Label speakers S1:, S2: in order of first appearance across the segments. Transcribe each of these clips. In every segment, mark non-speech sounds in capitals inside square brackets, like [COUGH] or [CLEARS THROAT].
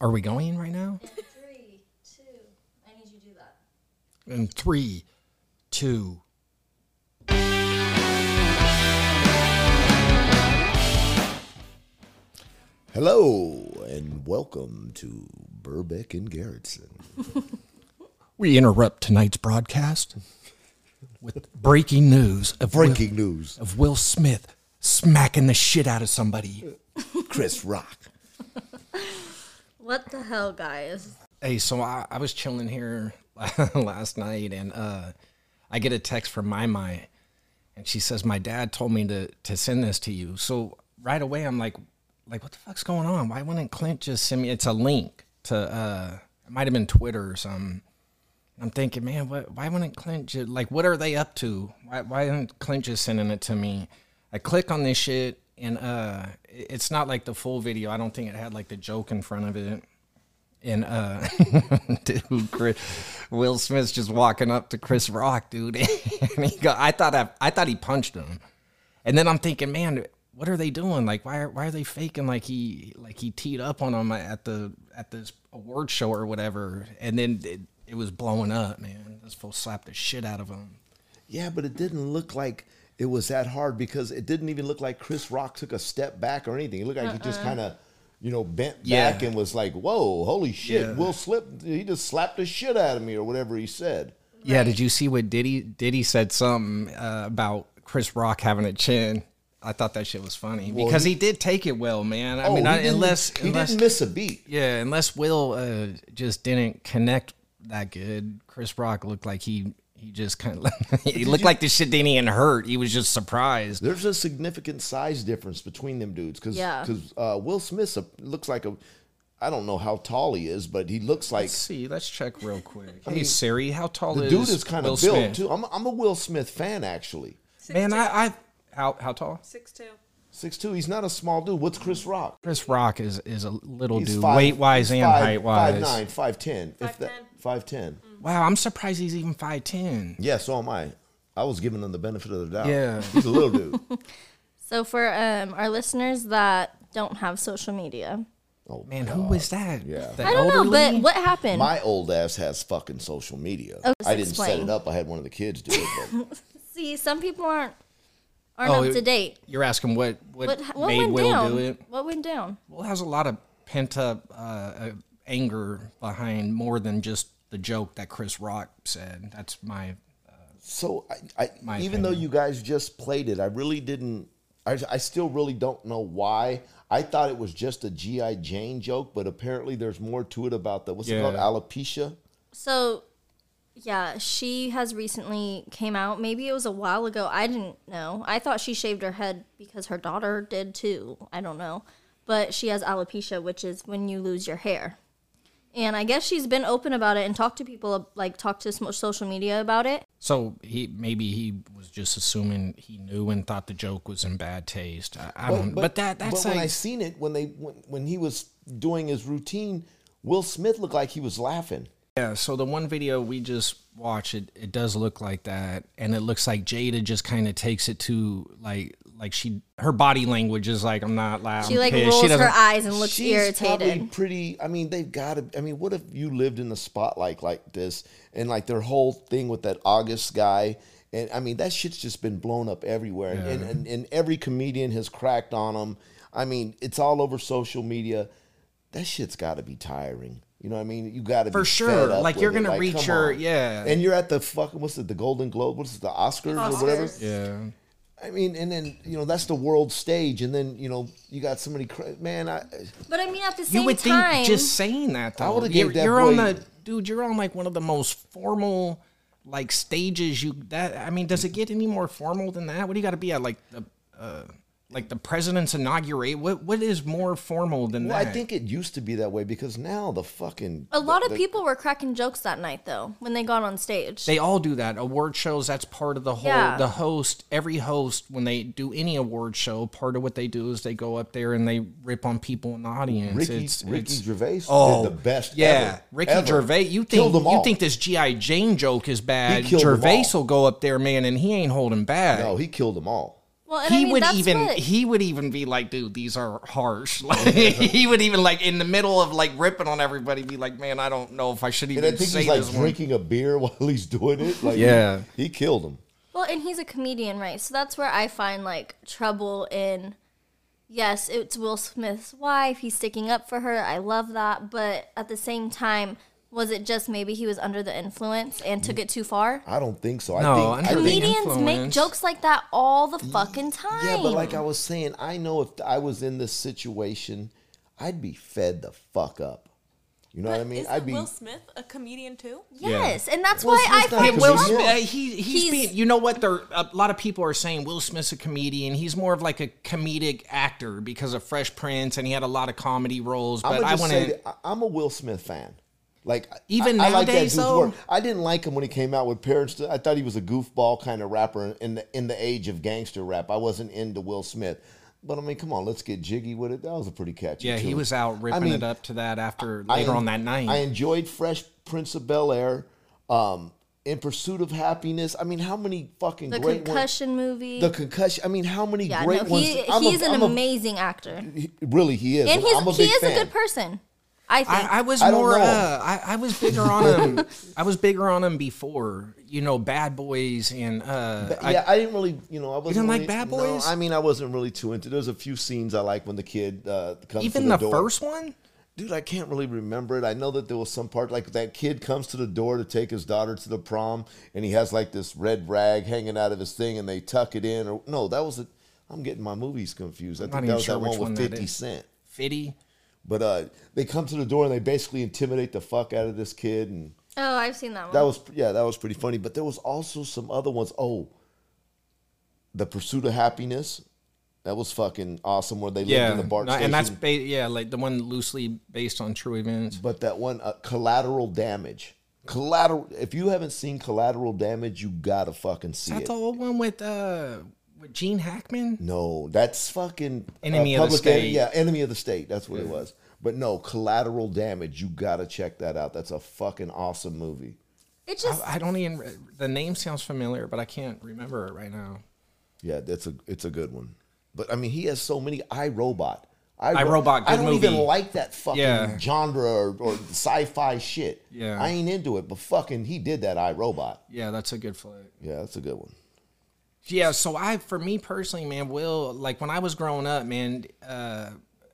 S1: Are we going right now?
S2: In three, two, I need you to do that.
S1: In three, two.
S3: Hello and welcome to Burbeck
S1: [LAUGHS]
S3: and Garrettson.
S1: We interrupt tonight's broadcast with breaking news of Will-
S3: Breaking news:
S1: of Will Smith smacking the shit out of somebody.
S3: Chris Rock.
S2: What the hell, guys?
S1: Hey, so I, I was chilling here [LAUGHS] last night, and uh, I get a text from my my, and she says my dad told me to to send this to you. So right away, I'm like, like what the fuck's going on? Why wouldn't Clint just send me? It's a link to uh, it might have been Twitter or something. And I'm thinking, man, what, why wouldn't Clint just like what are they up to? Why why isn't Clint just sending it to me? I click on this shit, and uh, it- it's not like the full video. I don't think it had like the joke in front of it and uh [LAUGHS] dude Chris, Will Smith's just walking up to Chris Rock, dude. [LAUGHS] and he go, I thought I, I thought he punched him. And then I'm thinking, man, what are they doing? Like why are why are they faking like he like he teed up on him at the at this award show or whatever? And then it, it was blowing up, man. This fool slapped the shit out of him.
S3: Yeah, but it didn't look like it was that hard because it didn't even look like Chris Rock took a step back or anything. It looked like he just kind of, you know, bent
S1: Uh-uh. Yeah.
S3: back and was like, "Whoa, holy shit!
S1: Yeah.
S3: Will slip. He just slapped the shit out of me, or whatever he said."
S1: Yeah, did you see what Diddy Diddy said something uh, about Chris Rock having a chin? I thought that shit was funny because he, did take it well, man. I
S3: Oh,
S1: mean,
S3: he
S1: I,
S3: didn't-
S1: unless
S3: he
S1: unless
S3: didn't miss a beat.
S1: yeah, unless Will uh, just didn't connect that good, Chris Rock looked like he he just kind of [LAUGHS] he looked like this shit didn't even hurt. He was just surprised.
S3: There's a significant size difference between them dudes because
S2: Yeah.
S3: uh, Will Smith looks like a, I don't know how tall he is, but he looks like
S1: Let's see, let's check real quick. hey Siri, how tall
S3: the
S1: is
S3: dude is kind
S1: Will
S3: of built
S1: Smith?
S3: too. I'm, I'm a Will Smith fan actually.
S1: Man, I, I how how tall?
S4: Six two.
S3: Six two. He's not a small dude. What's Chris Rock?
S1: Chris Rock is is a little
S3: He's
S1: dude,
S3: five-
S1: weight wise
S3: he's
S1: and
S3: five-
S1: height wise.
S3: Five nine, five ten. If that,
S4: 5'10".
S3: five ten.
S1: Wow, I'm surprised he's even five ten.
S3: Yeah, so am I. I was giving him the benefit of the doubt.
S1: Yeah.
S3: he's a little dude.
S2: So for um, our listeners that don't have social media,
S3: Oh
S1: [LAUGHS] Man, who was that?
S3: Yeah.
S1: The
S2: I don't know, but
S1: elderly?
S2: what happened?
S3: My old ass has fucking social media.
S2: Oh,
S3: I didn't set
S2: explain.
S3: it up. I had one of the kids do it. But
S2: See, some people aren't aren't
S1: Oh,
S2: up to
S1: it-
S2: date.
S1: you're asking what what,
S2: What what
S1: made
S2: went
S1: Will
S2: down?
S1: do it?
S2: What went down?
S1: Well, has a lot of pent up uh, uh, anger behind more than just the joke that Chris Rock said. That's my
S3: So I, I
S1: My
S3: even though you guys just played it, I really didn't. I, I still really don't know why. I thought it was just a GI Jane joke, but apparently there's more to it about the what's it called
S1: Yeah.
S3: alopecia.
S2: So, yeah, she has recently came out. Maybe it was a while ago. I didn't know. I thought she shaved her head because her daughter did too. I don't know. But she has alopecia, which is when you lose your hair. And I guess she's been open about it and talked to people, like talked to smo- social media about it.
S1: so he maybe he was just assuming he knew and thought the joke was in bad taste. I, I don't. Mm, But, that that's
S3: but when I
S1: like
S3: seen it when they when, when he was doing his routine, Will Smith looked like he was laughing.
S1: yeah. So the one video we just watched, it, it does look like that, and it looks like Jada just kind of takes it to like like she her body language is like I'm not loud.
S2: She
S1: I'm
S2: like
S1: pissed."
S2: rolls her
S1: doesn't-
S2: eyes and looks
S3: She's probably
S2: irritated.
S3: pretty. I mean, they've got to. I mean, what if you lived in a spotlight like this, and like their whole thing with that August guy, and I mean, that shit's just been blown up everywhere, and, and and every comedian has cracked on them. I mean, it's all over social media. That shit's got to be tiring. You know what I mean? You got to
S1: For
S3: be
S1: sure.
S3: fed up
S1: Like,
S3: with
S1: you're
S3: it.
S1: gonna reach
S3: come
S1: your-
S3: on.
S1: yeah.
S3: and you're at the fucking what's it? The Golden Globe? What's it? The Oscars, or whatever?
S4: Oscars.
S1: Yeah.
S3: I mean, and then you know that's the world stage, and then you know you got somebody. Cra- man, I.
S2: But I mean, at the same
S1: you would
S2: time,
S1: think just saying that though.
S3: would've
S1: you're,
S3: gave that
S1: you're on
S3: boy-
S1: the dude. You're on like one of the most formal like stages. You that I mean, does it get any more formal than that? What do you got to be at like the uh, like the president's inaugurate? What what is more formal than
S3: Well,
S1: that?
S3: I think it used to be that way because now the fucking
S2: a lot
S3: the-
S2: of
S3: the-
S2: people were cracking jokes that night though when they got on stage.
S1: they all do that. Award shows. That's part of the whole.
S2: Yeah.
S1: The host, every host, when they do any award show, part of what they do is they go up there and they rip on people in the audience.
S3: Ricky
S1: it's,
S3: Ricky
S1: it's,
S3: Gervais
S1: Oh,
S3: did the best.
S1: Yeah,
S3: ever,
S1: Ricky
S3: ever.
S1: Gervais. You
S3: Killed
S1: think
S3: them all.
S1: you think this GI Jane joke is bad?
S3: killed them
S1: Gervais
S3: all.
S1: will go up there, man, and he ain't holding back.
S3: No, he killed them all.
S2: Well, Well, and
S1: he
S2: I mean,
S1: would
S2: that's
S1: even
S2: what-
S1: he would even be like, dude, these are harsh. [LAUGHS] Like he would even like in the middle of like ripping on everybody, be like, man, I don't know if I should even
S3: And I think
S1: say
S3: he's like
S1: this one.
S3: drinking a beer [LAUGHS] while he's doing it. Like,
S1: Yeah.
S3: he, he killed him.
S2: Well, and he's a comedian, right? So that's where I find like trouble in. Yes, it's Will Smith's wife. He's sticking up for her. I love that. But at the same time, was it just maybe he was under the influence and took it too far?
S3: I don't think so.
S1: No,
S3: I think, I
S1: under the
S3: think
S2: Comedians make
S1: influence.
S2: jokes like that all the fucking time.
S3: Yeah, but like I was saying, I know if I was in this situation, I'd be fed the fuck up. You know what I mean?
S4: Isn't
S3: I'd be
S4: Will Smith a comedian too?
S2: yes, and that's
S3: Will
S2: why I
S3: Smith's not a
S2: find
S3: comedian.
S1: Will
S2: trouble.
S1: Smith,
S3: Yeah.
S1: uh, he, he's,
S2: He's-
S1: being, you know what? There, a lot of people are saying Will Smith's a comedian. He's more of like a comedic actor because of Fresh Prince, and he had a lot of comedy roles.
S3: I'm
S1: But
S3: gonna
S1: I
S3: just
S1: want
S3: say
S1: to.
S3: that I- I'm a Will Smith fan. Like I-
S1: Even
S3: I, I like that
S1: nowadays,
S3: dude's
S1: though?
S3: work. I didn't like him when he came out with Parents. I thought he was a goofball kind of rapper in the in the age of gangster rap. I wasn't into Will Smith, but I mean, come on, let's get jiggy with it. That was a pretty catchy.
S1: Yeah, he
S3: tune.
S1: was out ripping
S3: mean,
S1: it up to that after
S3: I
S1: later
S3: en-
S1: on that night.
S3: I enjoyed Fresh Prince of Bel Air, um, In Pursuit of Happiness. I mean, how many fucking
S2: The
S3: great ones?
S2: concussion movie.
S3: The concussion. I mean, how many
S2: yeah,
S3: great
S2: no,
S3: ones?
S2: he,
S3: I'm a-
S2: he's an
S3: I'm a-
S2: amazing actor, and
S3: he- really, he is.
S2: he's
S3: I'm a
S2: he
S3: big
S2: is
S3: fan.
S2: a good person. I think.
S1: I, I was
S3: I don't
S1: more.
S3: know
S1: Uh,
S3: him.
S1: I, I was bigger on
S3: [LAUGHS]
S1: him. I was bigger on him before. You know, Bad Boys and uh, I-
S3: yeah, I, didn't really, you know, I wasn't
S1: didn't like
S3: really-
S1: Bad
S3: no,
S1: Boys?
S3: I mean, I wasn't really too into. There's a few scenes I like when the kid uh, comes
S1: even
S3: to
S1: the,
S3: the, door.
S1: first one.
S3: dude, I can't really remember it. I know that there was some part like that kid comes to the door to take his daughter to the prom, and he has like this red rag hanging out of his thing, and they tuck it in. Or no, that was it. I'm getting my movies confused. I
S1: not
S3: think
S1: even
S3: that was
S1: sure
S3: that
S1: which
S3: one
S1: one
S3: with
S1: that
S3: 50
S1: is.
S3: Cent.
S1: Fitty.
S3: But uh, they come to the door and they basically intimidate the fuck out of this kid, and
S2: oh, I've seen that one.
S3: that was yeah, that was pretty funny. But there was also some other ones. Oh, the pursuit of happiness. That was fucking awesome. Where they lived
S1: Yeah,
S3: in the BART
S1: no, and that's
S3: station.
S1: ba- yeah, like the one loosely based on true events.
S3: But that one, uh, collateral damage. Collateral. If you haven't seen collateral damage, you gotta fucking see
S1: That's
S3: it.
S1: the old one with uh, with Gene Hackman.
S3: No, that's fucking uh,
S1: Enemy of the
S3: public en-
S1: state.
S3: yeah, enemy of the state. That's what it was. But no, collateral damage. You gotta check that out. That's a fucking awesome movie.
S2: it just
S1: I don't even. re- The name sounds familiar, but I can't remember it right now.
S3: Yeah, that's a it's a good one. But I mean, he has so many. I Robot. I,
S1: I,
S3: Ro-
S1: Robot,
S3: I
S1: good
S3: don't even
S1: movie.
S3: like that fucking
S1: Yeah.
S3: genre or, or sci-fi shit.
S1: Yeah.
S3: I ain't into it. But fucking, he did that. I Robot.
S1: Yeah, that's a good flick.
S3: Yeah, that's a good one.
S1: Yeah, so I, for me personally, man, Will, like when I was growing up, man, uh,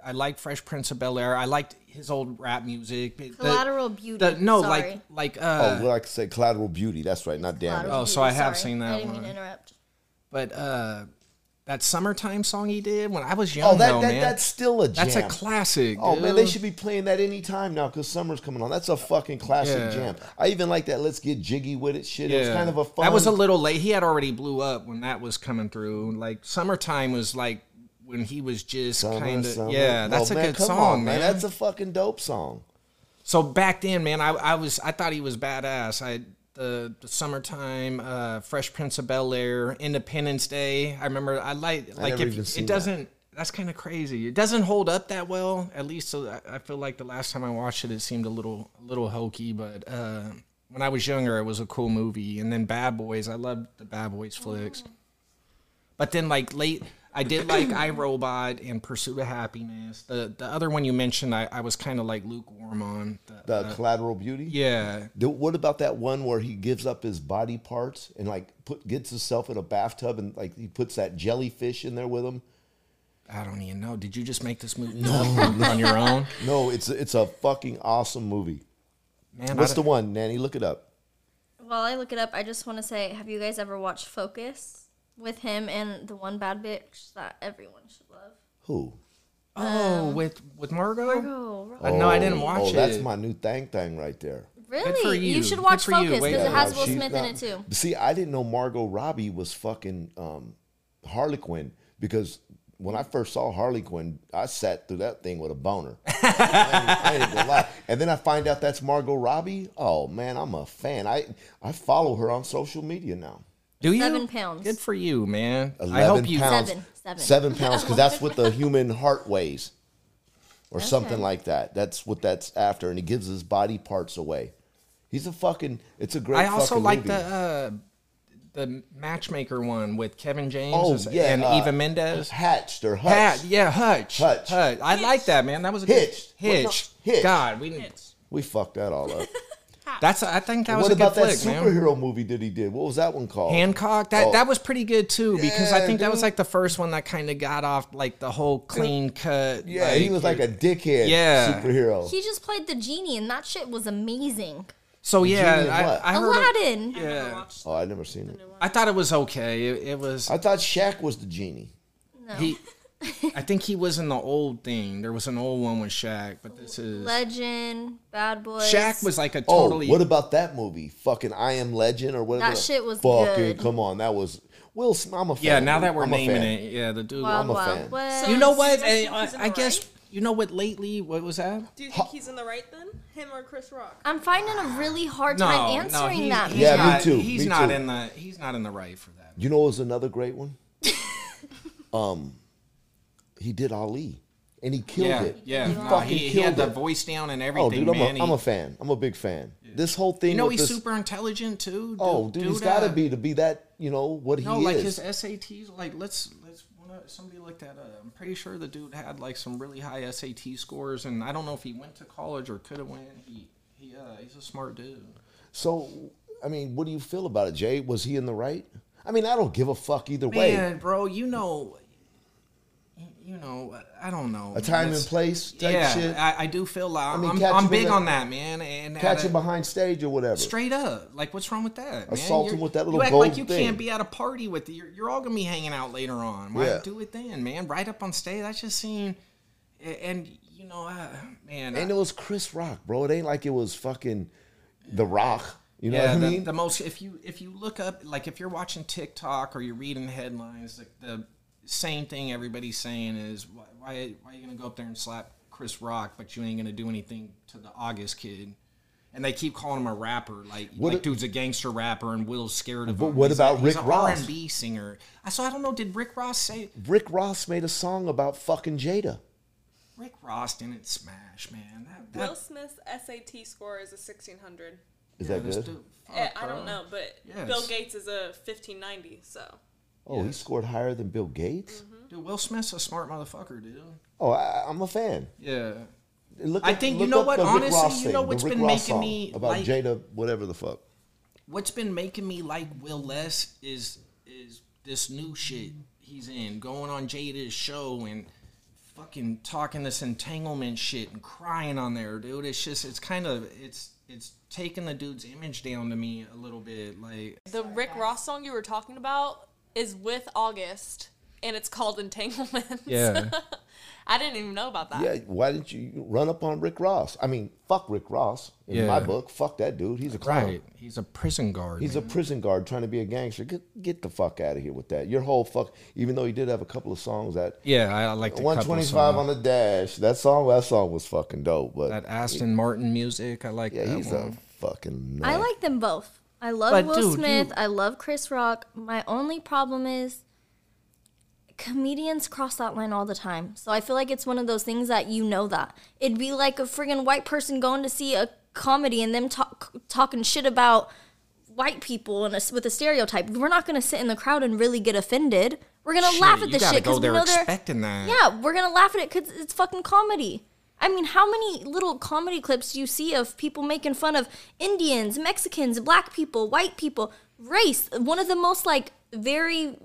S1: I liked Fresh Prince of Bel Air. I liked his old rap music. The-
S2: Collateral Beauty,
S1: the- no,
S2: sorry.
S1: like, like,
S3: Oh,
S1: uh,
S3: well, I could say Collateral Beauty. That's right, not damage.
S2: Lateral
S1: Oh, so I
S2: Beauty,
S1: have
S2: sorry.
S1: seen that
S2: I didn't mean to
S1: one.
S2: interrupt.
S1: but uh, that summertime song he did when I was young,
S3: Oh, that,
S1: though,
S3: that
S1: man,
S3: that's still a jam.
S1: that's a classic.
S3: Oh man, they
S1: dude.
S3: should be playing that any time now because summer's coming on. That's a fucking classic
S1: Yeah.
S3: jam. I even like that. Let's get jiggy with it. Shit, it was
S1: Yeah.
S3: kind of a fun.
S1: That was a little late. He had already blew up when that was coming through. Like summertime was like when he was just
S3: Summer,
S1: kind
S3: summer.
S1: of yeah.
S3: Oh,
S1: That's a
S3: man,
S1: good
S3: come
S1: song,
S3: on,
S1: man.
S3: That's a fucking dope song.
S1: So back then, man, I, I was I thought he was badass. I the, the summertime, uh, Fresh Prince of Bel Air, Independence Day. I remember I like like
S3: never
S1: if,
S3: even seen
S1: it doesn't. That's kind of crazy. It doesn't hold up that well. At least so I, I feel like the last time I watched it, it seemed a little a little hokey. But uh, when I was younger, it was a cool movie. And then Bad Boys, I loved the Bad Boys flicks. But then like late I did like iRobot and Pursuit of Happiness. The the other one you mentioned I, I was kinda like lukewarm on. The-
S3: The Collateral Beauty.
S1: Uh-huh. yeah.
S3: The- what about that one where he gives up his body parts and like put gets himself in a bathtub and like he puts that jellyfish in there with him?
S1: I don't even know. Did you just make this movie up [LAUGHS] on your own?
S3: No, it's it's a fucking awesome movie.
S1: Man,
S3: What's
S1: I
S3: the
S1: don't-
S3: one, Nanny? Look it up.
S2: While I look it up, I just want to say, have you guys ever watched Focus with him and the one bad bitch that everyone should love?
S3: Who?
S1: Oh, with with Margot?
S2: Oh,
S1: I know I didn't
S3: Oh,
S1: watch
S3: oh,
S1: it.
S3: that's my new thing thing right there.
S2: really?
S1: for
S2: you.
S1: you.
S2: should
S1: Good
S2: watch
S1: for you.
S2: Focus
S1: Wait,
S2: because it
S1: no,
S2: has
S3: Uh,
S2: Will
S3: she's
S2: Smith in
S3: not-
S2: it too.
S3: See, I didn't know Margot Robbie was fucking um, Harley Quinn because when I first saw Harley Quinn, I sat through that thing with
S1: [LAUGHS]
S3: a boner. I, ain't, I ain't gonna lie. And then I find out that's Margot Robbie. Oh man, I'm a fan. I I follow her on social media now.
S1: Do you
S2: Seven pounds.
S1: Good for you, man. I
S3: 11
S1: hope you
S3: pounds.
S2: Seven, seven.
S3: Seven pounds, because
S2: [LAUGHS]
S3: that's what the human heart weighs, or something like that. That's what that's after, and he gives his body parts away. He's a fucking. It's a great.
S1: I also
S3: fucking
S1: like
S3: movie.
S1: the uh the matchmaker one with Kevin James
S3: Oh,
S1: is-
S3: yeah,
S1: and
S3: uh,
S1: Eva Mendes.
S3: Hatched or hutched.
S1: Hat, yeah, Hutch.
S3: Hutch.
S1: I like that, man. That was a
S3: Hitch.
S1: Good, Hitch.
S3: What the- Hitch.
S1: God, we.
S3: We fucked that
S1: [LAUGHS]
S3: all up.
S1: That's. I think that was
S3: what
S1: a good
S3: about that
S1: flick, man.
S3: superhero movie that he did? What was that one called?
S1: Hancock. That
S3: Oh.
S1: that was pretty good too because I
S3: Yeah,
S1: think that was
S3: dude.
S1: like the first one that kind of got off like the whole clean cut.
S3: yeah, he was like a dickhead
S1: Yeah.
S3: superhero.
S2: He just played the genie, and that shit was amazing.
S1: So
S3: Genie in
S1: yeah,
S3: what?
S1: I, I heard. it-
S2: Aladdin.
S1: yeah.
S3: oh, I never seen it.
S1: I thought it was okay. It, it was.
S3: I thought Shaq was the genie.
S1: He, I think he was in the old thing. There was an old one with Shaq, but this is
S2: Legend, Bad Boys.
S1: Shaq was like a
S3: Oh,
S1: totally.
S3: what about that movie? Fucking I Am Legend or whatever.
S2: That shit was
S3: Fucking
S2: good.
S3: come on, that was Will. Smith- I'm a fan.
S1: yeah, now that we're
S3: I'm a
S1: naming
S3: fan.
S1: it, yeah, the dude.
S2: Wild
S3: I'm a
S2: Wild
S3: fan.
S2: West.
S1: you know what?
S4: Do you
S1: I,
S4: guys think he's in
S1: I
S4: the
S1: guess
S4: right?
S1: you know what. Lately, what was that?
S4: Do you think he's in the right then? Him or Chris Rock?
S2: I'm finding a really hard
S1: No,
S2: time
S1: no,
S2: answering
S1: he-
S2: that.
S1: he's
S3: Yeah, me
S2: man.
S1: not-
S3: too,
S1: He's
S3: me
S1: not
S3: too.
S1: in the. He's not in the right for that.
S3: You know, what was another great [LAUGHS] one. um, he did Ali, and he killed
S1: Yeah,
S3: it.
S1: yeah.
S3: he
S1: no,
S3: fucking
S1: he, he
S3: killed
S1: had the
S3: it.
S1: voice down and everything.
S3: Oh, dude, I'm
S1: man.
S3: a, I'm
S1: He-
S3: a fan. I'm a big fan. This whole thing.
S1: you know
S3: with
S1: he's
S3: this,
S1: super intelligent too.
S3: Oh, dude, he's
S1: uh,
S3: got to be to be that. You know what he
S1: No,
S3: is.
S1: like his SATs. Like let's let's wanna- somebody look that up. I'm pretty sure the dude had like some really high SAT scores, and I don't know if he went to college or could have went. He he uh, he's a smart dude.
S3: So, I mean, what do you feel about it, Jay? Was he in the right? I mean, I don't give a fuck either way.
S1: Man, bro, you know, you know, I don't know.
S3: A time
S1: It's-
S3: and place type
S1: yeah,
S3: shit.
S1: I, I do feel like I
S3: mean,
S1: am
S3: catch
S1: I'm
S3: him in
S1: big
S3: the-
S1: on that, man. And
S3: Catch
S1: and,
S3: him
S1: uh,
S3: behind stage or whatever.
S1: Straight up, like what's wrong with that? Man?
S3: Assault
S1: You're-
S3: him with that little
S1: You act like
S3: gold
S1: you
S3: thing.
S1: can't be at a party with it. You're, you're all gonna be hanging out later on. Why
S3: Yeah.
S1: do it then, man? Right up on stage. That just seemed, a- and you know, uh, man,
S3: and
S1: I-
S3: it was Chris Rock, bro. It ain't like it was fucking The Rock. You know
S1: yeah,
S3: what I
S1: the,
S3: mean?
S1: the most if you if you look up like if you're watching TikTok or you're reading headlines, like the same thing everybody's saying is why why, why are you gonna go up there and slap Chris Rock, but you ain't gonna do anything to the August kid. And they keep calling him a rapper, like
S3: What
S1: like
S3: a-
S1: dude's a gangster rapper, and Will's scared of him.
S3: what
S1: He's
S3: about
S1: a, he's
S3: Rick
S1: a
S3: Ross?
S1: R&B singer. I so I don't know. Did Rick Ross say
S3: Rick Ross made a song about fucking Jada.
S1: Rick Ross didn't smash man? That, that,
S4: Will Smith's SAT score is a 1600.
S3: Is
S1: yeah,
S3: that
S1: this
S3: good?
S1: dude- fuck,
S4: Eh, I
S1: bro.
S4: don't know, but
S1: Yes.
S4: Bill Gates is a 1590, so.
S3: Oh, he scored higher than Bill Gates.
S1: Dude, Will Smith's a smart motherfucker, dude.
S3: Oh, I, I'm a fan.
S1: Yeah.
S3: Look
S1: I
S3: up-
S1: think you
S3: look
S1: know
S3: up
S1: what?
S3: the Rick
S1: Honestly,
S3: Ross
S1: you
S3: thing,
S1: know
S3: the
S1: what's
S3: Rick
S1: been
S3: Ross
S1: making
S3: song
S1: me,
S3: about
S1: like-
S3: Jada, whatever the fuck.
S1: what's been making me like Will less is is this new shit he's in, going on Jada's show and fucking talking this entanglement shit and crying on there, dude. It's just it's kind of it's it's taking the dude's image down to me a little bit. Like
S4: The Rick Ross song you were talking about is with August, and it's called Entanglements.
S1: [LAUGHS] Yeah.
S4: [LAUGHS] I didn't even know about that.
S3: Yeah, why didn't you run up on Rick Ross? I mean, fuck Rick Ross in
S1: Yeah.
S3: my book. Fuck that dude. He's a clown.
S1: he's a prison guard.
S3: He's a prison guard trying to be a gangster. Get, get the fuck out of here with that. Your whole fuck. Even though he did have a couple of songs that
S1: yeah, I, I like the
S3: 125 on the dash. That song, that song was fucking dope. But
S1: that Aston Martin music. I like
S3: yeah,
S1: that
S3: he's
S1: one.
S3: a fucking. Nut.
S2: I like them both. I love
S1: But
S2: Will
S1: dude,
S2: Smith.
S1: you-
S2: I love Chris Rock. My only problem is comedians cross that line all the time. So I feel like it's one of those things that you know that. It'd be like a friggin' white person going to see a comedy and them talk, talking shit about white people and a, with a stereotype. We're not going to sit in the crowd and really get offended. We're going to
S1: Shit,
S2: laugh at
S1: you
S2: this
S1: gotta
S2: shit
S1: go
S2: because we
S1: there
S2: know they're
S1: expecting that.
S2: yeah, we're gonna laugh at it because it's fucking comedy. I mean, how many little comedy clips do you see of people making fun of Indians, Mexicans, black people, white people, race? One of the most like very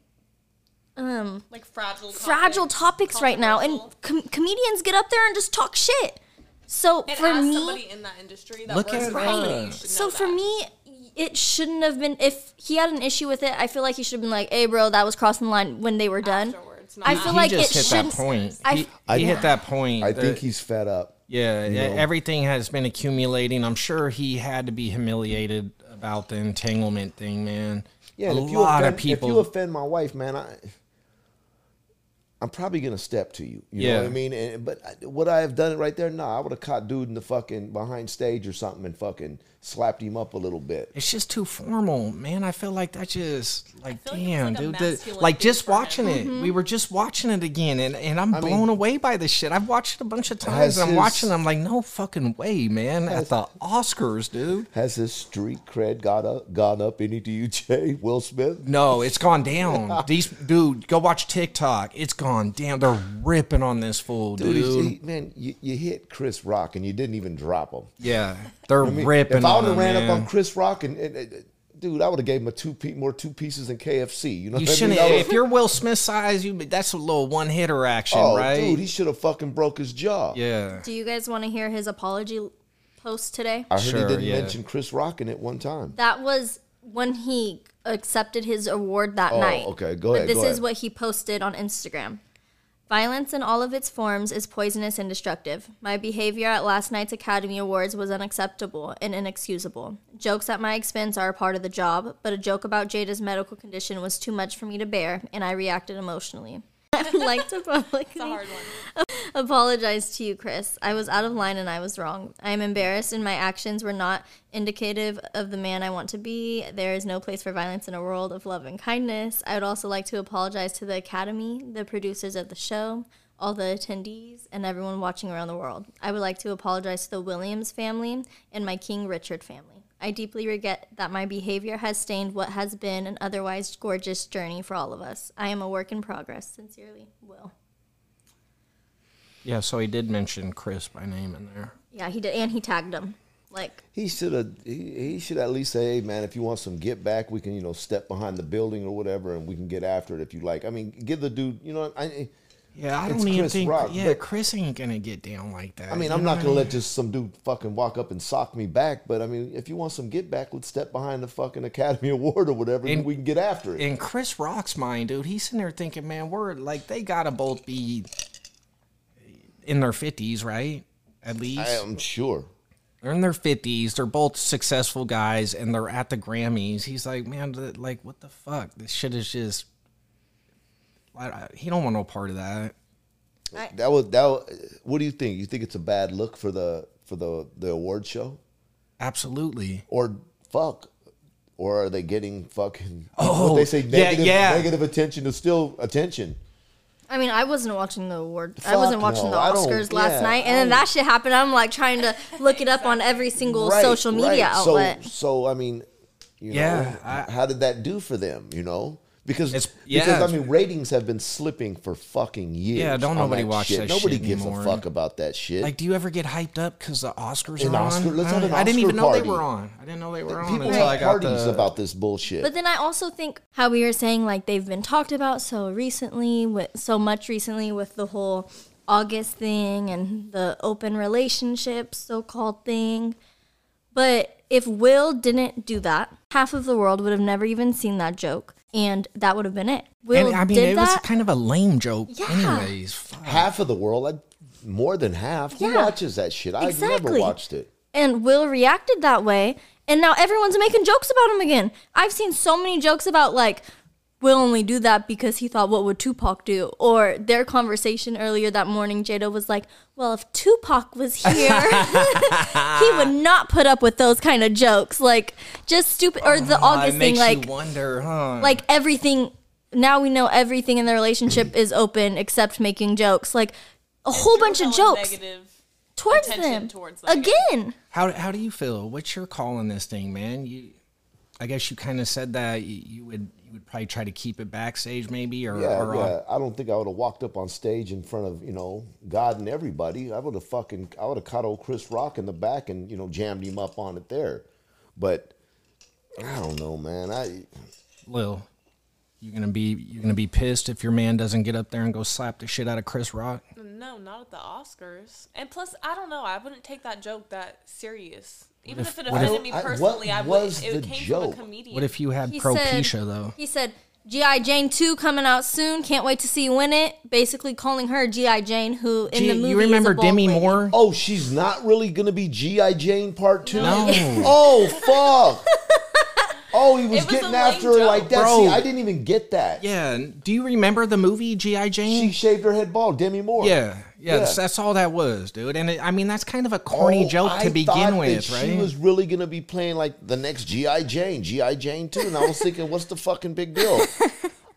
S4: Like fragile.
S2: fragile topics right now, and
S4: controversial.
S2: com- comedians get up there and just talk shit. So
S4: And
S2: for
S4: as
S2: me,
S4: somebody in that industry that
S1: Look
S4: works
S1: at
S4: for
S1: her.
S4: comedy, you should
S2: so
S4: know
S2: for
S4: that.
S2: me, it shouldn't have been. If he had an issue with it, I feel like he should have been like, "Hey, bro, that was crossing the line when they were done."
S4: Afterwards, not
S2: I feel
S4: after.
S2: like
S1: he just
S2: it
S1: hit
S2: should.
S1: that point.
S2: I-
S1: he he hit that point.
S3: I
S1: The-
S3: think he's fed up.
S1: Yeah, e-
S3: know?
S1: everything has been accumulating. I'm sure he had to be humiliated about the entanglement thing, man.
S3: Yeah,
S1: a
S3: and if you
S1: lot
S3: offend,
S1: of
S3: If you
S1: people.
S3: offend my wife, man, I I'm probably gonna step to you. You know
S1: Yeah.
S3: what I mean? And but I- would I have done it right there? No, I would have caught dude in the fucking behind stage or something and fucking slapped him up a little bit.
S1: It's just too formal, man. I feel like that just like
S4: feel like it's
S1: damn,
S4: like a
S1: dude. the-
S4: masculine
S1: like
S4: thing
S1: just
S4: for him.
S1: watching it,
S3: Mm-hmm.
S1: we were just watching it again, and, and I'm blown away by this shit. I've watched it a bunch of times,
S3: Has
S1: and I'm
S3: his-
S1: watching. I'm like, no fucking way, man. At the Oscars, dude.
S3: Has his street cred got up gone up any to you, [LAUGHS] Jay? Will Smith?
S1: No, it's gone
S3: [LAUGHS]
S1: down. These dude, go watch TikTok. It's gone down. They're ripping on this fool, dude.
S3: Dude, he's- he- man, you, you hit Chris Rock and you didn't even drop him.
S1: yeah, they're ripping.
S3: If I
S1: on
S3: would have
S1: him,
S3: ran
S1: man.
S3: up on Chris Rock and, and- and- dude, I would have gave him a two pe- more two pieces than KFC. You know,
S1: You
S3: what I mean?
S1: shouldn't.
S3: I
S1: If
S3: would've-
S1: you're Will Smith size, you that's a little one hitter action,
S3: oh,
S1: right?
S3: dude, he should have fucking broke his jaw.
S1: yeah.
S2: Do you guys want to hear his apology post today?
S3: I heard he
S1: Sure,
S3: didn't
S1: yeah.
S3: mention Chris Rock in it one time.
S2: That was when he accepted his award that
S3: Oh,
S2: night.
S3: okay, go
S2: But
S3: ahead,
S2: this
S3: go
S2: is
S3: ahead.
S2: what he posted on Instagram. Violence in all of its forms is poisonous and destructive. My behavior at last night's Academy Awards was unacceptable and inexcusable. Jokes at my expense are a part of the job, but a joke about Jada's medical condition was too much for me to bear, and I reacted emotionally. [LAUGHS] I would like to publicly
S4: a hard one.
S2: apologize to you, Chris. I was out of line and I was wrong. I am embarrassed, and my actions were not indicative of the man I want to be. There is no place for violence in a world of love and kindness. I would also like to apologize to the Academy, the producers of the show, all the attendees, and everyone watching around the world. I would like to apologize to the Williams family and my King Richard family. I deeply regret that my behavior has stained what has been an otherwise gorgeous journey for all of us. I am a work in progress. Sincerely, Will.
S1: Yeah, so he did mention Chris by name in there.
S2: Yeah, he did, and he tagged him. Like,
S3: He should have. He, he should at least say, "Hey, man, if you want some get back, we can you know step behind the building or whatever, and we can get after it if you like." I mean, give the dude. You know, I.
S1: Yeah, I
S3: It's
S1: don't even
S3: Chris
S1: think.
S3: Rock,
S1: yeah,
S3: but-
S1: Chris ain't gonna get down like that.
S3: I mean,
S1: you
S3: I'm
S1: know
S3: not
S1: what
S3: gonna let just some dude fucking walk up and sock me back. But I mean, if you want some get back, let's step behind the fucking Academy [LAUGHS] Award or whatever, and
S1: And-
S3: we can get after it.
S1: In Chris Rock's mind, dude, he's in there thinking, man, we're like they gotta both be in their fifties, right? At least
S3: I am sure.
S1: they're in their fifties. They're both successful guys, and they're at the Grammys. He's like, man, th- like what the fuck? This shit is just. I- I- He don't want no part of that.
S3: That was that. Was, what do you think? You think it's a bad look for the for the the award show,
S1: Absolutely.
S3: or fuck, or are they getting fucking? [LAUGHS]
S1: Oh,
S3: what they say
S1: yeah,
S3: negative
S1: yeah.
S3: negative attention is still attention.
S2: I mean, I wasn't watching the award. I
S3: Fuck
S2: wasn't watching
S3: no,
S2: the
S3: I don't-
S2: Oscars last
S3: yeah,
S2: night, and
S3: I
S2: then
S3: don't-
S2: that shit happened. I'm like trying to look it up on every single social media
S3: right.
S2: outlet.
S3: So, so I mean, you
S1: Yeah,
S3: know,
S1: I-
S3: how did that do for them? You know, because
S1: It's- yeah.
S3: because I mean, ratings have been slipping for fucking years.
S1: Yeah, don't
S3: on
S1: nobody
S3: that
S1: watch
S3: shit.
S1: that
S3: Nobody
S1: shit
S3: gives
S1: anymore.
S3: a fuck about that shit.
S1: Like, do you ever get hyped up because the Oscars
S3: An
S1: are
S3: Oscar-
S1: on?
S3: let's
S1: I,
S3: have
S1: don't-
S3: an
S1: I didn't even
S3: Oscar
S1: know they
S3: party.
S1: were on. I didn't know they were on
S3: People
S1: until I
S3: have
S1: got
S3: parties
S1: the.
S3: about this bullshit.
S2: But then I also think how we were saying like they've been talked about so recently, with so much recently with the whole August thing and the open relationships so-called thing. But if Will didn't do that, half of the world would have never even seen that joke, and that would have been it. Will
S1: and I mean,
S2: did
S1: it was
S2: that.
S1: kind of a lame joke,
S2: Yeah.
S1: anyways. Fuck.
S3: half of the world, like, more than half, who
S2: Yeah.
S3: watches that shit? I've never
S2: Exactly.
S3: watched it.
S2: and Will reacted that way, and now everyone's making jokes about him again. I've seen so many jokes about like Will only do that because he thought what would Tupac do, or their conversation earlier that morning. Jada was like, "Well, if
S1: [LAUGHS]
S2: Tupac was here, [LAUGHS] he would not put up with those kind of jokes, like just stupid or the
S1: Oh, it
S2: August thing,
S1: makes
S2: like
S1: you wonder, huh?
S2: like everything." Now we know everything in
S1: [CLEARS THROAT]
S2: the relationship is open except making jokes, like a whole bunch of
S4: Throwing
S2: jokes
S4: Negative.
S2: towards
S4: attention
S2: them
S4: towards them, yeah.
S2: again.
S1: how how do you feel? What's your call on this thing, man? You, I guess you kind of said that you, you would you would probably try to keep it backstage, maybe, or,
S3: Yeah,
S1: or
S3: yeah. I don't think I would have walked up on stage in front of you know God and everybody. I would have fucking I would have caught old Chris Rock in the back and you know jammed him up on it there. But I don't know, man. I
S1: Lil. You gonna be you gonna be pissed if your man doesn't get up there and go slap the shit out of Chris Rock?
S4: No, not at the Oscars. And plus, I don't know. I wouldn't take that joke that serious. Even if, it
S1: what if-
S4: offended me
S3: I- what
S4: personally, I,
S3: was
S4: wouldn't. It
S3: the
S4: came
S3: joke?
S4: from a comedian.
S1: What if you had
S2: He
S1: pro
S2: said-
S1: Keisha though?
S2: He said, "G.I. Jane 2 coming out soon. Can't wait to see you in it." Basically calling her G.I. Jane, who in
S1: Gee,
S2: the movie
S1: you remember
S2: is a bald
S1: Demi
S2: lady.
S1: Moore?
S3: oh, she's
S2: Oh.
S3: not really gonna be GI Jane Part Two.
S4: [LAUGHS]
S1: No.
S3: Oh fuck. Oh, he was,
S4: It was a
S3: getting
S4: lame
S3: after her
S4: joke.
S3: like that.
S1: Bro.
S3: See, I didn't even get that.
S1: Yeah. and Do you remember the movie G.I. Jane?
S3: She shaved her head bald, Demi Moore.
S1: yeah, yeah.
S3: Yeah.
S1: That's, that's all that was, dude. And it, I mean, that's kind of a corny
S3: Oh,
S1: joke
S3: I
S1: to
S3: thought
S1: begin
S3: that
S1: with,
S3: she
S1: right?
S3: was really going to be playing like the next G.I. Jane, G.I. Jane too. And I was thinking, what's the fucking
S1: [LAUGHS]
S3: big deal?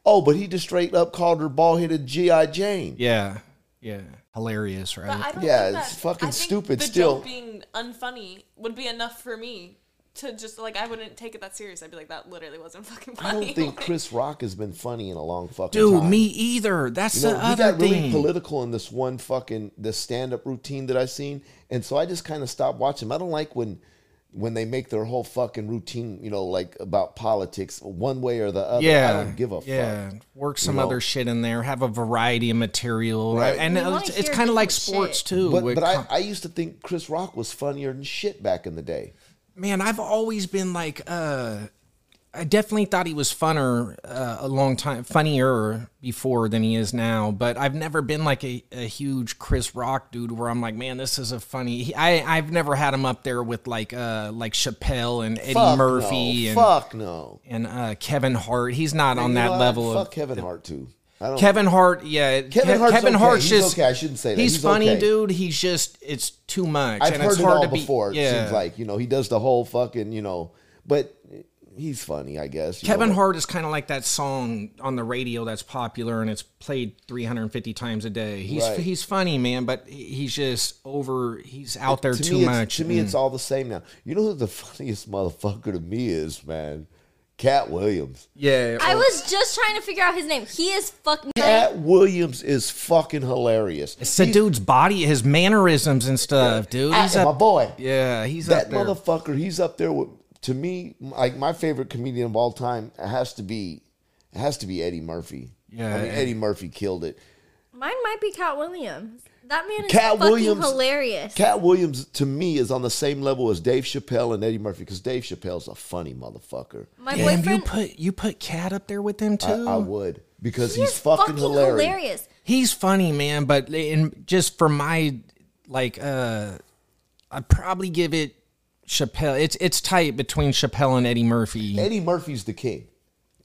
S3: oh, but he just straight up called her bald headed G.I. Jane.
S1: yeah, yeah. Hilarious, right?
S4: I don't
S3: Yeah,
S4: think that-
S3: it's fucking
S4: I think
S3: stupid
S4: The
S3: still.
S4: joke being unfunny would be enough for me to just like I wouldn't take it that serious. I'd be like, that literally wasn't fucking funny.
S3: I don't think
S4: [LAUGHS] Like,
S3: Chris Rock has been funny in a long fucking
S1: Dude,
S3: time.
S1: me either. That's
S3: You know,
S1: the
S3: he
S1: other
S3: got really
S1: thing.
S3: political in this one fucking this stand up routine that I seen, and so I just kind of stopped watching. him. I don't like when when they make their whole fucking routine, you know, like about politics one way or the other.
S1: yeah,
S3: I don't give a
S1: yeah.
S3: fuck.
S1: Work some
S3: know?
S1: other shit in there. Have a variety of material,
S3: Right.
S1: and
S2: We wanna
S1: it's, it's
S2: hear
S1: kind of like
S2: different
S1: sports
S2: shit.
S1: too.
S3: But
S1: with
S3: but
S1: com-
S3: I, I used to think Chris Rock was funnier than shit back in the day.
S1: man, I've always been like, uh, I definitely thought he was funner uh, a long time, funnier before than he is now. But I've never been like a, a huge Chris Rock dude where I'm like, man, this is a funny. He, I I've never had him up there with like uh like Chappelle and Eddie
S3: Fuck
S1: Murphy
S3: no.
S1: and
S3: fuck no.
S1: and uh, Kevin Hart. He's not on
S3: You
S1: that
S3: know what?
S1: level
S3: Fuck
S1: of
S3: Kevin Hart too. I don't.
S1: Kevin Hart, yeah. Ke- Kevin,
S3: Kevin Hart's okay.
S1: Hart's
S3: He's
S1: just
S3: okay. I shouldn't say that.
S1: He's,
S3: He's
S1: funny,
S3: okay.
S1: dude. He's just it's too much.
S3: I've
S1: and
S3: heard
S1: it's
S3: it
S1: hard
S3: all
S1: to be,
S3: before. It
S1: Yeah.
S3: seems like you know he does the whole fucking you know, but he's funny, I guess. you know,
S1: Kevin
S3: but-
S1: Hart is kind of like that song on the radio that's popular and it's played 350 times a day. He's
S3: Right.
S1: he's funny, man, but he- he's just over. He's out there
S3: to
S1: too
S3: me, it's-
S1: much. mm.
S3: To me, it's all the same now. You know who the [LAUGHS] funniest motherfucker to me is, man? Cat Williams.
S1: yeah.
S2: I
S1: or-
S2: was just trying to figure out his name. He is fucking.
S3: Cat Williams is fucking hilarious.
S1: It's the dude's body, his mannerisms and stuff, dude. He's
S3: my
S1: up.
S3: boy.
S1: Yeah, he's
S3: that
S1: up there.
S3: motherfucker. He's up there with to me. Like my favorite comedian of all time has to be has to be Eddie Murphy.
S1: Yeah,
S3: I mean, Eddie Murphy killed it.
S2: Mine might be Cat Williams. That man is
S3: Cat
S2: fucking
S3: Williams-
S2: hilarious.
S3: Cat Williams to me is on the same level as Dave Chappelle and Eddie Murphy because Dave Chappelle's a funny motherfucker.
S2: My
S1: Damn, you
S2: boyfriend.
S1: put you put Cat up there with him too.
S3: I, I would because
S2: he
S3: he's
S2: is
S3: fucking, hilarious.
S2: hilarious.
S1: He's funny, man, but in, just for my like uh I'd probably give it Chappelle. It's it's tight between Chappelle and Eddie Murphy.
S3: Eddie Murphy's the king.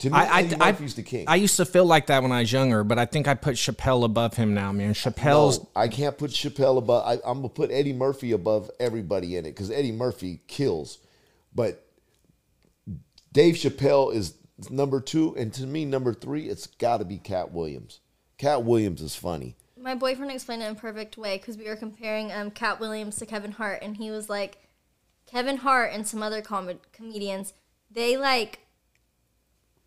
S3: To me,
S1: I,
S3: Eddie
S1: I, I,
S3: Murphy's the king.
S1: I used to feel like that when I was younger, but I think I put Chappelle above him now, man. Chappelle's
S3: No, I can't put Chappelle above. I, I'm gonna put Eddie Murphy above everybody in it because Eddie Murphy kills, but Dave Chappelle is number two, and to me, number three, it's got to be Cat Williams. Cat Williams is funny.
S2: My boyfriend explained it in a perfect way because we were comparing um, Cat Williams to Kevin Hart, and he was like, Kevin Hart and some other com- comedians, they like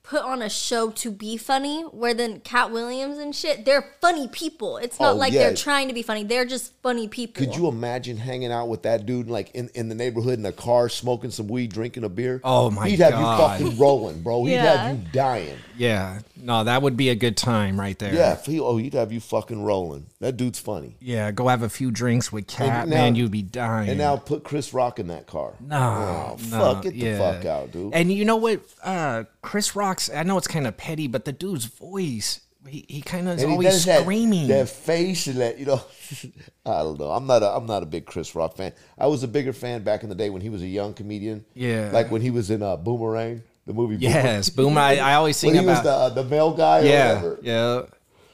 S2: put on a show to be funny, where then Cat Williams and shit, they're funny people. It's not
S3: Oh,
S2: like
S3: yeah.
S2: they're trying to be funny, they're just funny people.
S3: Could you imagine hanging out with that dude, like in, in the neighborhood, in a car, smoking some weed, drinking a beer?
S1: Oh, my
S3: He'd have
S1: God.
S3: you fucking rolling, bro. He'd
S2: Yeah.
S3: have you dying.
S1: yeah. No, that would be a good time right there.
S3: Yeah, he, oh, he'd have you fucking rolling. That dude's funny.
S1: Yeah, go have a few drinks with Cat,
S3: now-
S1: man. You'd be dying.
S3: And now put Chris Rock in that car.
S1: No,
S3: Oh,
S1: no,
S3: fuck, get the
S1: yeah.
S3: fuck out, dude.
S1: And you know what? Uh, Chris Rock's. I know it's kind of petty, but the dude's voice. He, he kind of is
S3: And he
S1: always
S3: does that-
S1: screaming.
S3: That, face and that you know, [LAUGHS] I don't know. I'm not a I'm not a big Chris Rock fan. I was a bigger fan back in the day when he was a young comedian.
S1: Yeah.
S3: like when he was in uh, Boomerang, the
S1: [LAUGHS]
S3: movie.
S1: yes,
S3: [LAUGHS]
S1: boom. I, I always
S3: Boomerang.
S1: sing
S3: when he was
S1: about.
S3: the uh, the male guy. or
S1: yeah,
S3: whatever.
S1: yeah.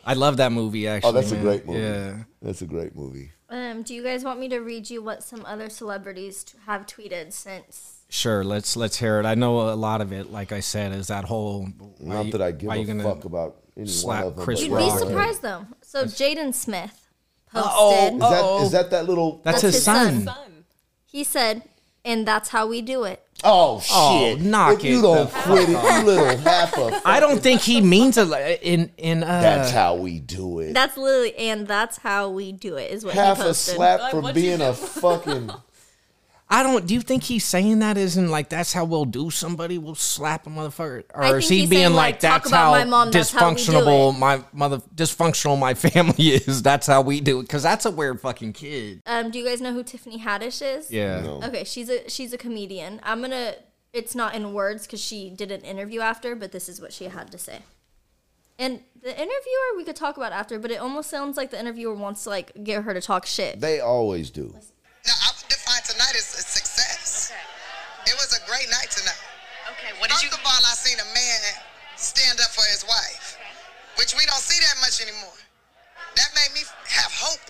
S1: I love that movie. Actually,
S3: Oh, that's a
S1: man.
S3: great movie.
S1: Yeah.
S3: that's a great movie.
S2: um, do you guys want me to read you what some other celebrities t- have tweeted since?
S1: Sure, let's let's hear it. I know a lot of it. Like I said, is that whole. why
S3: not
S1: you-
S3: that I give
S1: why
S3: a
S1: you gonna-
S3: fuck about any
S1: slap
S3: one of them.
S1: Chris
S3: but-
S2: You'd
S1: Rock.
S2: be surprised though. So Jaden Smith posted.
S1: Uh-oh.
S3: Is that,
S1: Uh-oh.
S3: is that that little?
S1: That's, his,
S2: That's his
S1: son.
S2: son.
S4: son.
S2: He said, and that's how we do it.
S3: oh shit!
S1: knock
S3: if
S1: it
S3: you
S1: the
S3: don't quit it, you little half a.
S1: I don't think he means it. In in uh,
S3: That's how we do it.
S2: That's literally, and that's how we do it. Is what
S3: half
S2: he
S3: a
S2: posted.
S3: slap
S4: Like,
S3: from
S4: what'd you
S3: being
S2: [LAUGHS]
S3: a
S4: do?
S3: fucking.
S1: I don't. Do you think he's saying that? Isn't like that's how we'll do somebody? We'll slap a motherfucker,
S2: I
S1: or is
S2: think
S1: he
S2: he's
S1: being
S2: saying,
S1: like
S2: like, talk
S1: that's
S2: about
S1: how
S2: my mom, that's how we do
S1: dysfunctional
S2: it.
S1: my mother dysfunctional my [LAUGHS] family is? That's how we do it because that's a weird fucking kid.
S2: Um, do you guys know who Tiffany Haddish is?
S1: Yeah,
S2: Okay, she's a she's a comedian. I'm gonna. It's not in words because she did an interview after, but this is what she had to say. And the interviewer we could talk about after, but it almost sounds like the interviewer wants to like get her to talk shit.
S3: They always do.
S5: No, I would define tonight as a success. It was a great night tonight. Okay, what did
S6: First
S5: you?
S6: of all, I seen a man stand up for his wife, which we don't see that much anymore. That made me have hope.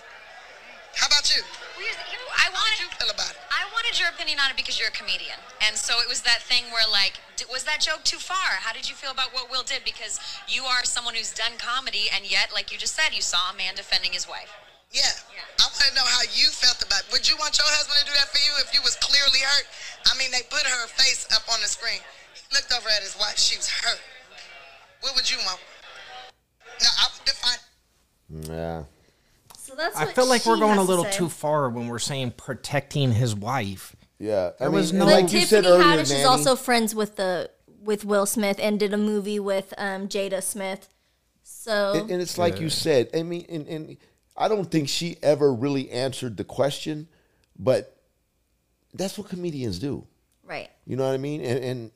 S6: How about you?
S5: Here's- here-
S6: How did
S5: I wanted
S6: you feel about it?
S5: I wanted your opinion on it because you're a comedian, and so it was that thing where like, d- was that joke too far? How did you feel about what Will did? Because you are someone who's done comedy, and yet, like you just said, you saw a man defending his wife.
S6: Yeah.
S5: Yeah.
S6: I want to know how you felt about it. Would you want your husband to do that for you if you was clearly hurt? I mean, they put her face up on the screen. He looked over at his wife. She was hurt. What would you want? No, I would define.
S3: Yeah.
S2: So that's.
S1: I
S2: what
S1: feel like we're
S2: she
S1: going a
S2: has to
S1: little
S2: say.
S1: too far when we're saying protecting his wife.
S3: Yeah. I
S1: There was
S3: and
S1: no-
S2: But
S1: Like
S2: Tiffany Haddish
S3: Nanny,
S2: is also friends with the with Will Smith and did a movie with um, Jada Smith. So
S3: and, and it's like you said. I mean, and, and I don't think she ever really answered the question, but that's what comedians do.
S2: right.
S3: You know what I mean? And, and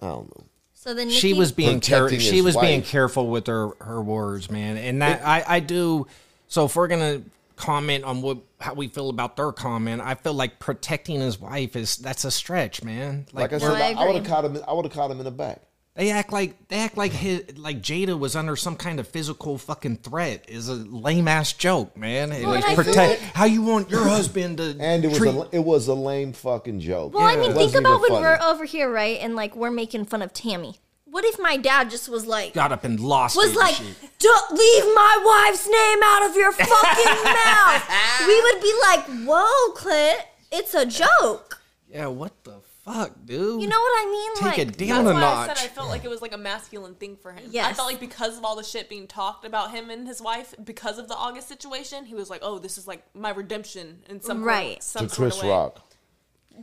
S3: I don't know.
S2: So then
S1: she
S2: Nikki-
S1: was being care-
S3: Protecting
S1: she
S3: his
S1: was being
S3: wife.
S1: careful with her her words, man. And that I I do. So if we're gonna comment on what how we feel about their comment, I feel like protecting his wife is that's a stretch, man. Like,
S3: Like I
S1: we're-
S3: said,
S2: I
S3: I, would have
S2: agree.
S3: caught him. I would have caught him in the back.
S1: they act like they act like his, like Jada was under some kind of physical fucking threat is a lame ass joke, man. And
S2: Well,
S1: it's
S2: and I feel
S1: protect how you want your husband to
S3: And it was
S1: treat-
S3: a, it was a lame fucking joke.
S2: Well, I mean,
S3: It
S2: think
S3: wasn't even
S2: about when
S3: funny.
S2: we're over here, right? And like we're making fun of Tammy. What if my dad just was like,
S1: got up and lost it
S2: was
S1: and
S2: like,
S1: shit.
S2: don't leave my wife's name out of
S1: [LAUGHS]
S2: your fucking mouth? We would be like, whoa, Clint, it's a joke.
S1: yeah, what the fuck, dude?
S2: You know what I mean?
S1: take
S2: like,
S1: it down a
S4: That's why I
S1: notch.
S4: said I felt like it was like a masculine thing for him. I
S2: Yes.
S4: felt like because of all the shit being talked about him and his wife, because of the August situation, he was like, "Oh, this is like my redemption in some
S2: Right.
S4: some
S3: to
S4: sort of
S3: Chris
S4: way.
S3: Rock.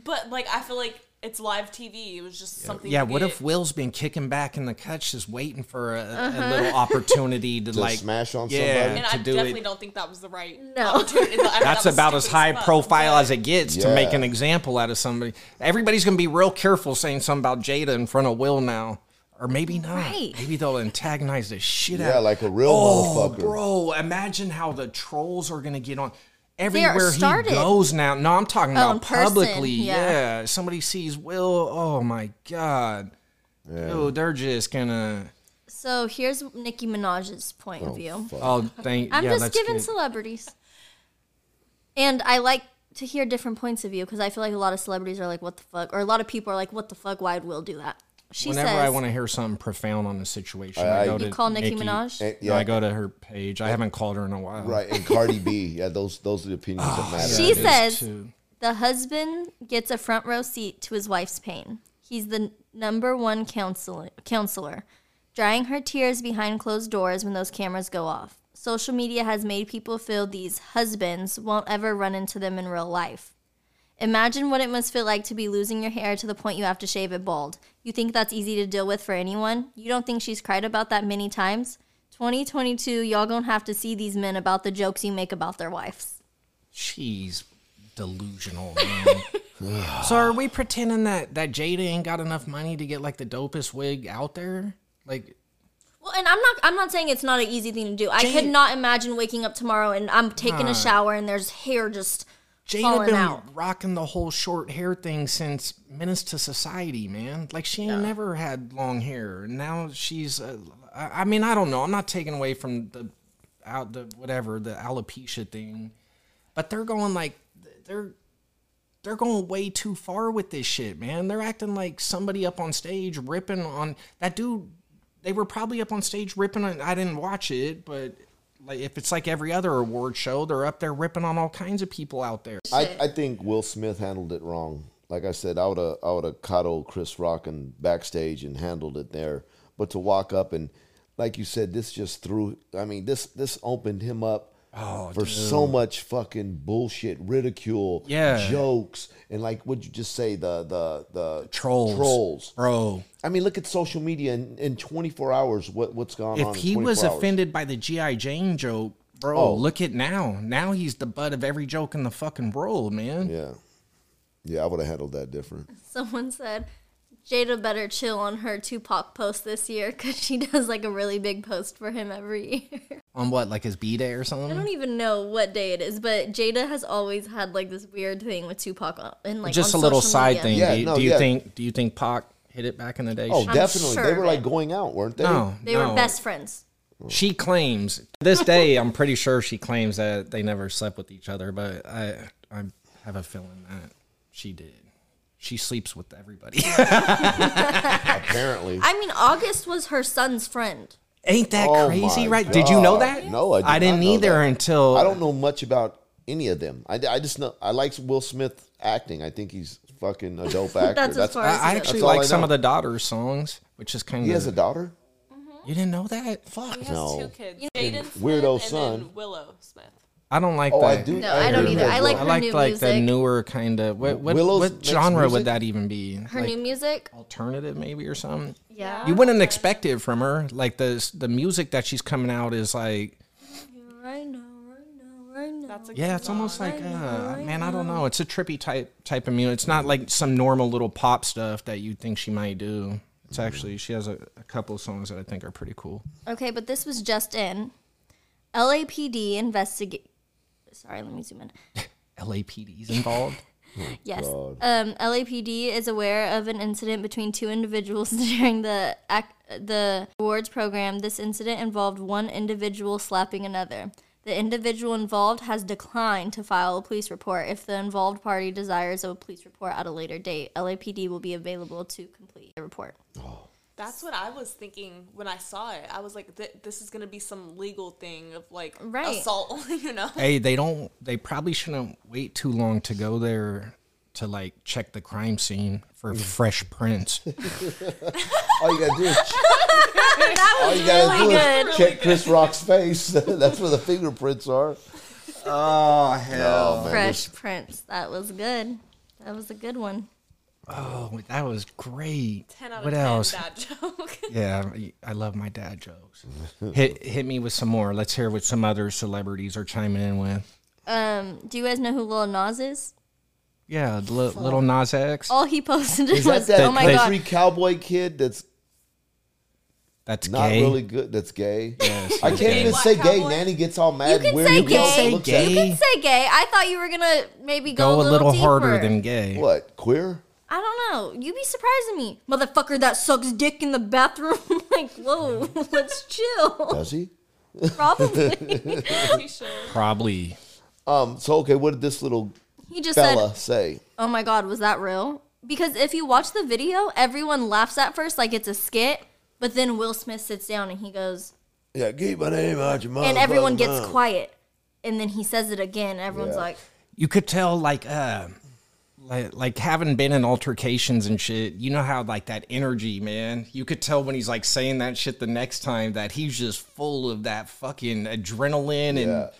S4: But like, I feel like it's live TV. It was just something.
S1: Yeah,
S4: to
S1: what
S4: get-
S1: if Will's been kicking back in the cuts, just waiting for a, a little opportunity to, like
S3: smash on
S1: yeah,
S4: Uh-huh. And
S3: somebody?
S4: I
S1: to do
S4: definitely
S1: it.
S4: don't think that was the right.
S2: No.
S4: opportunity.
S1: [LAUGHS]
S4: I mean, that
S1: That's
S4: was
S1: about as
S4: stupid
S1: high
S4: fuck,
S1: profile
S4: but-
S1: as it gets to make
S3: Yeah.
S1: an example out of somebody. Everybody's gonna be real careful saying something about Jada in front of Will now, or maybe not.
S2: Right.
S1: Maybe they'll antagonize the shit out.
S3: Yeah, like a real
S1: oh,
S3: motherfucker.
S1: bro, imagine how the trolls are gonna get on. Everywhere he
S2: started.
S1: goes now. No, I'm talking
S2: Oh,
S1: about
S2: in person,
S1: publicly.
S2: yeah.
S1: yeah, somebody sees Will. Oh my god. Dude, they're just gonna.
S2: so here's Nicki Minaj's point of view.
S1: Oh, thank.
S2: I'm
S1: yeah,
S2: just
S1: that's
S2: giving
S1: good.
S2: celebrities. And I like to hear different points of view because I feel like a lot of celebrities are like, what the fuck? Or a lot of people are like, what the fuck? Why'd Will do that? She
S1: Whenever
S2: says,
S1: I want to hear something profound on the situation, I,
S3: I-
S1: go
S3: You
S1: to
S2: call Nicki Minaj?
S1: No,
S3: Eh, yeah.
S1: I go to her page. I haven't called her in a while.
S3: Right, and Cardi B. Yeah, those those are the opinions
S1: Ah,
S3: that matter.
S2: She
S1: It is
S2: says
S1: too.
S2: the husband gets a front row seat to his wife's pain. He's the n- number one counselor, counselor, drying her tears behind closed doors when those cameras go off. Social media has made people feel these husbands won't ever run into them in real life. Imagine what it must feel like to be losing your hair to the point you have to shave it bald. You think that's easy to deal with for anyone? You don't think she's cried about that many times? 2022, y'all gonna have to see these men about the jokes you make about their wives.
S1: she's delusional, man. so are we pretending that that Jada ain't got enough money to get like the dopest wig out there? Like,
S2: Well, and I'm not. I'm not saying it's not an easy thing to do. I could
S1: Jane-
S2: not imagine waking up tomorrow and I'm taking a shower and there's hair just [LAUGHS]
S1: Jada
S2: falling
S1: been
S2: out.
S1: rocking the whole short hair thing since Menace to Society, man. Like she ain't never had long hair. Now she's. Uh, I I mean, I don't know. I'm not taking away from the out the whatever the alopecia thing, but they're going like they're they're going way too far with this shit, man. They're acting like somebody up on stage ripping on that dude. They were probably up on stage ripping on. I didn't watch it, but like if it's like every other award show, they're up there ripping on all kinds of people out there.
S3: I, I think Will Smith handled it wrong. Like I said, I would have I would have caught old Chris Rock and backstage and handled it there. But to walk up and, like you said, this just threw. I mean, this this opened him up
S1: Oh,
S3: for so much fucking bullshit, ridicule,
S1: Yeah.
S3: jokes, and like what you just say the the the
S1: Trolls,
S3: trolls.
S1: bro.
S3: I mean, look at social media in, in 24 hours. What what's gone
S1: If
S3: on? in
S1: he was
S3: 24 hours.
S1: offended by the GI Jane joke, bro,
S3: Oh.
S1: look at now. Now he's the butt of every joke in the fucking world, man.
S3: yeah, yeah, I would have handled that different.
S2: Someone said Jada better chill on her Tupac post this year because she [LAUGHS] does like a really big post for him every year. [LAUGHS]
S1: On what, like his B day or
S2: I
S1: something?
S2: don't even know what day it is, but Jada has always had like this weird thing with Tupac on- and like
S1: Just a
S2: on
S1: little
S2: social
S1: side
S2: media.
S1: thing.
S3: Yeah,
S1: do you,
S3: no,
S1: do you
S3: yeah.
S1: think? Do you think Pac hit it back in the day.
S3: Oh,
S1: She-
S2: I'm
S3: definitely.
S2: sure
S3: they
S2: of
S3: were like
S2: it.
S3: going out, weren't they?
S1: no,
S2: They
S1: no.
S2: were best friends.
S1: She claims to this day. I'm pretty sure she claims that they never slept with each other, but I I have a feeling that she did. She sleeps with everybody. [LAUGHS]
S3: Apparently.
S2: I mean, August was her son's friend.
S1: Ain't that
S3: Oh
S1: crazy,
S3: my
S1: right? Did you know
S3: God.
S1: that?
S3: No, I did not
S1: not
S3: know
S1: either
S3: that.
S1: until
S3: I don't know much about any of them. I, I just know I like Will Smith acting. I think he's fucking
S2: [LAUGHS]
S3: a dope actor.
S2: That's as far as-
S1: I, I
S2: That's
S1: actually
S3: all
S1: like
S3: I
S1: some
S3: know.
S1: of the daughter's songs, which is kind
S3: he
S1: of.
S3: has a daughter.
S1: you didn't know that? Fuck.
S4: He has
S3: No.
S4: two kids, Jaden Smith
S3: Weirdo
S4: and
S3: son.
S4: then Willow Smith.
S1: I don't like
S3: Oh,
S1: that.
S3: I do.
S2: No, I don't
S3: heard
S2: either.
S3: that.
S2: I like
S1: I
S2: her
S1: like
S2: new
S1: like the
S2: music.
S1: newer kind of. What what,
S3: Willow's
S1: what
S3: makes
S1: genre
S3: music?
S1: would that even be?
S2: Her
S1: like
S2: new music.
S1: alternative maybe or something.
S2: Yeah.
S1: You wouldn't expect it from her. Like the the music that she's coming out is like
S2: I know, I know, I know.
S4: That's a
S1: yeah,
S4: good
S1: it's almost
S4: song.
S1: like uh, man, I don't know. It's a trippy type type of music. It's not like some normal little pop stuff that you think she might do. It's
S3: Mm-hmm.
S1: actually she has a, a couple songs that I think are pretty cool.
S2: Okay, but this was just in. LAPD investigate. Sorry, let me zoom in.
S1: LAPD's
S3: [LAUGHS]
S1: involved.
S2: Yes. Um, LAPD is aware of an incident between two individuals [LAUGHS] during the ac- the awards program. This incident involved one individual slapping another. The individual involved has declined to file a police report. If the involved party desires a police report at a later date, LAPD will be available to complete the report.
S4: That's what I was thinking when I saw it. I was like, th- this is going to be some legal thing of like
S2: Right.
S4: assault, [LAUGHS] you know?
S1: hey, they don't. They probably shouldn't wait too long to go there to like check the crime scene for
S3: Mm.
S1: fresh
S3: [LAUGHS]
S1: prints.
S3: All
S2: [LAUGHS]
S3: you gotta do is
S2: that
S3: all
S2: was
S3: you gotta do
S2: really good.
S3: is check Chris Rock's face. [LAUGHS] That's where the fingerprints are. Oh hell, man.
S2: Fresh Prince. That was good. That was a good one.
S1: Oh, that was great.
S4: 10 out
S1: what
S4: of 10
S1: else?
S4: bad [LAUGHS] joke.
S1: Yeah, I- I love my dad jokes. hit hit me with some more. Let's hear what some other celebrities are chiming in with.
S2: Um, do you guys know who Lil Nas is?
S1: Yeah, li- little Nas X.
S2: All he posted [LAUGHS]
S3: Is
S2: was,
S3: that that
S2: "Oh my
S3: country
S2: god,
S3: cowboy kid that's
S1: That's
S3: not
S1: gay.
S3: really good? That's gay.
S1: Yes,
S3: I can't
S1: gay.
S3: even
S4: Black
S3: say gay.
S4: cowboy?
S3: Nanny gets all mad.
S2: You can
S3: weird
S2: say
S3: and
S2: gay. You can
S1: say
S3: looks at
S1: gay.
S2: you can say gay." I thought you were gonna maybe go,
S1: Go a little
S2: deeper.
S1: harder than gay.
S3: me. What queer?
S2: I don't know. You be surprising me, motherfucker. That sucks dick in the bathroom. [LAUGHS] like, whoa, [LAUGHS] let's chill. [LAUGHS]
S3: Does he?
S2: Probably.
S4: You should.
S1: Probably.
S3: Um. So okay, what did this little
S2: He just
S3: fella
S2: said,
S3: say?
S2: "Oh my god, was that real?" Because if you watch the video, everyone laughs at first like it's a skit, but then Will Smith sits down and he goes,
S3: Yeah, keep my name out your mouth.
S2: and everyone gets quiet. And then he says it again. Everyone's
S3: Yeah.
S2: like,
S1: You could tell, like, uh, like, like having been in altercations and shit. You know how like that energy, man. You could tell when he's like saying that shit the next time that he's just full of that fucking adrenaline and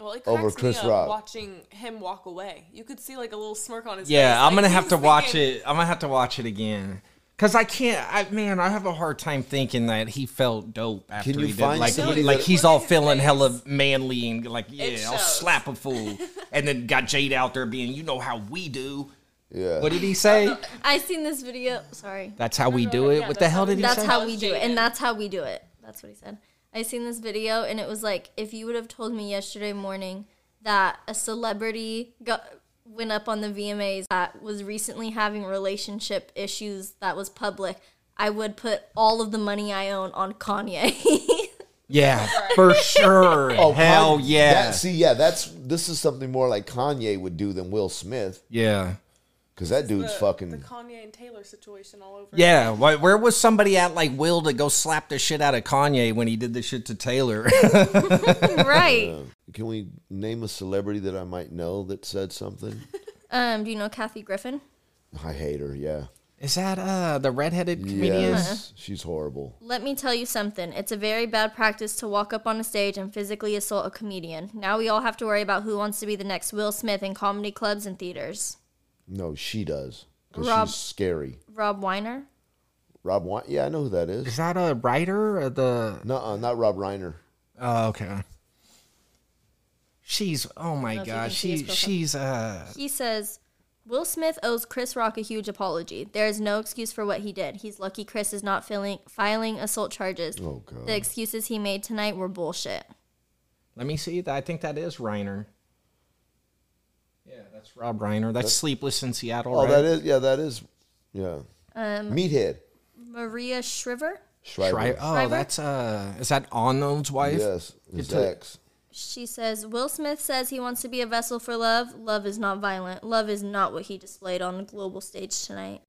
S4: Well, it
S3: Over
S4: cracks
S3: Chris
S4: me up
S3: Rock.
S4: watching him walk away. You could see like a little smirk on his face.
S1: Yeah, I'm
S4: like,
S1: gonna have
S4: he's
S1: to watch
S4: thinking-
S1: it. I'm gonna have to watch it again. Cause I can't, I man, I have a hard time thinking that he felt dope after
S3: you
S1: he did.
S3: find
S1: Like,
S3: somebody
S1: he, like
S3: that-
S1: he's
S4: Look at
S1: all
S4: his
S1: feeling
S4: face.
S1: hella manly and like, yeah, I'll
S4: shows.
S1: slap a
S4: [LAUGHS]
S1: fool, and then got Jade out there being, you know how we do.
S3: Yeah.
S1: What did he
S4: Uh,
S1: say?
S2: I seen this video. Sorry.
S1: That's how we do it.
S4: yeah,
S1: What the
S4: that's
S1: hell
S4: how
S1: did he
S2: That's
S1: say?
S2: how we do it.
S4: Jaden.
S2: And that's how we do it. That's what he said. I seen this video and it was like, if you would have told me yesterday morning that a celebrity got, went up on the VMAs that was recently having relationship issues that was public, I would put all of the money I own on Kanye. [LAUGHS]
S1: Yeah, for [LAUGHS] sure.
S3: [LAUGHS] Oh,
S1: hell
S3: Kanye-
S1: yeah.
S3: that- see, yeah, that's this is something more like Kanye would do than Will Smith
S1: yeah.
S3: because that dude's
S4: the,
S3: fucking.
S4: the Kanye and Taylor situation all over.
S1: Yeah, why- where was somebody at like Will to go slap the shit out of Kanye when he did the shit to Taylor? [LAUGHS]
S2: right.
S3: Can we name a celebrity that I might know that
S2: [LAUGHS]
S3: said something?
S2: Um, do you know Kathy Griffin?
S3: I hate her. Yeah.
S1: Is that uh the redheaded comedian?
S3: Yes, she's horrible.
S2: Let me tell you something. It's a very bad practice to walk up on a stage and physically assault a comedian. Now we all have to worry about who wants to be the next Will Smith in comedy clubs and theaters.
S3: No, she does because
S2: Rob-
S3: she's scary.
S2: Rob Weiner?
S3: Rob, Wein- yeah, I know who that
S2: [LAUGHS]
S3: is.
S1: Is that a writer or the?
S3: No, uh, not Rob Reiner.
S1: Oh, okay. She's oh my
S2: if you
S1: god,
S2: can see
S1: she
S2: his profile.
S1: she's uh
S2: He says Will Smith owes Chris Rock a huge apology. There is no excuse for what he did. He's lucky Chris is not filing, filing assault charges.
S3: Oh god.
S2: The excuses he made tonight were bullshit.
S1: let me see that I think that is Reiner. Yeah, that's Rob Reiner. That's Sleepless in Seattle.
S3: oh,
S1: right?
S3: that is yeah, that is yeah.
S2: Um,
S3: Meathead.
S2: Maria Shriver.
S3: Shriver.
S1: Shri- oh,
S2: Shriver?
S1: that's uh, is that Arnold's wife?
S3: Yes, his
S1: It's a-
S3: ex.
S2: She says Will Smith says he wants to be a vessel for love. Love is not violent. Love is not what he displayed on the global stage tonight.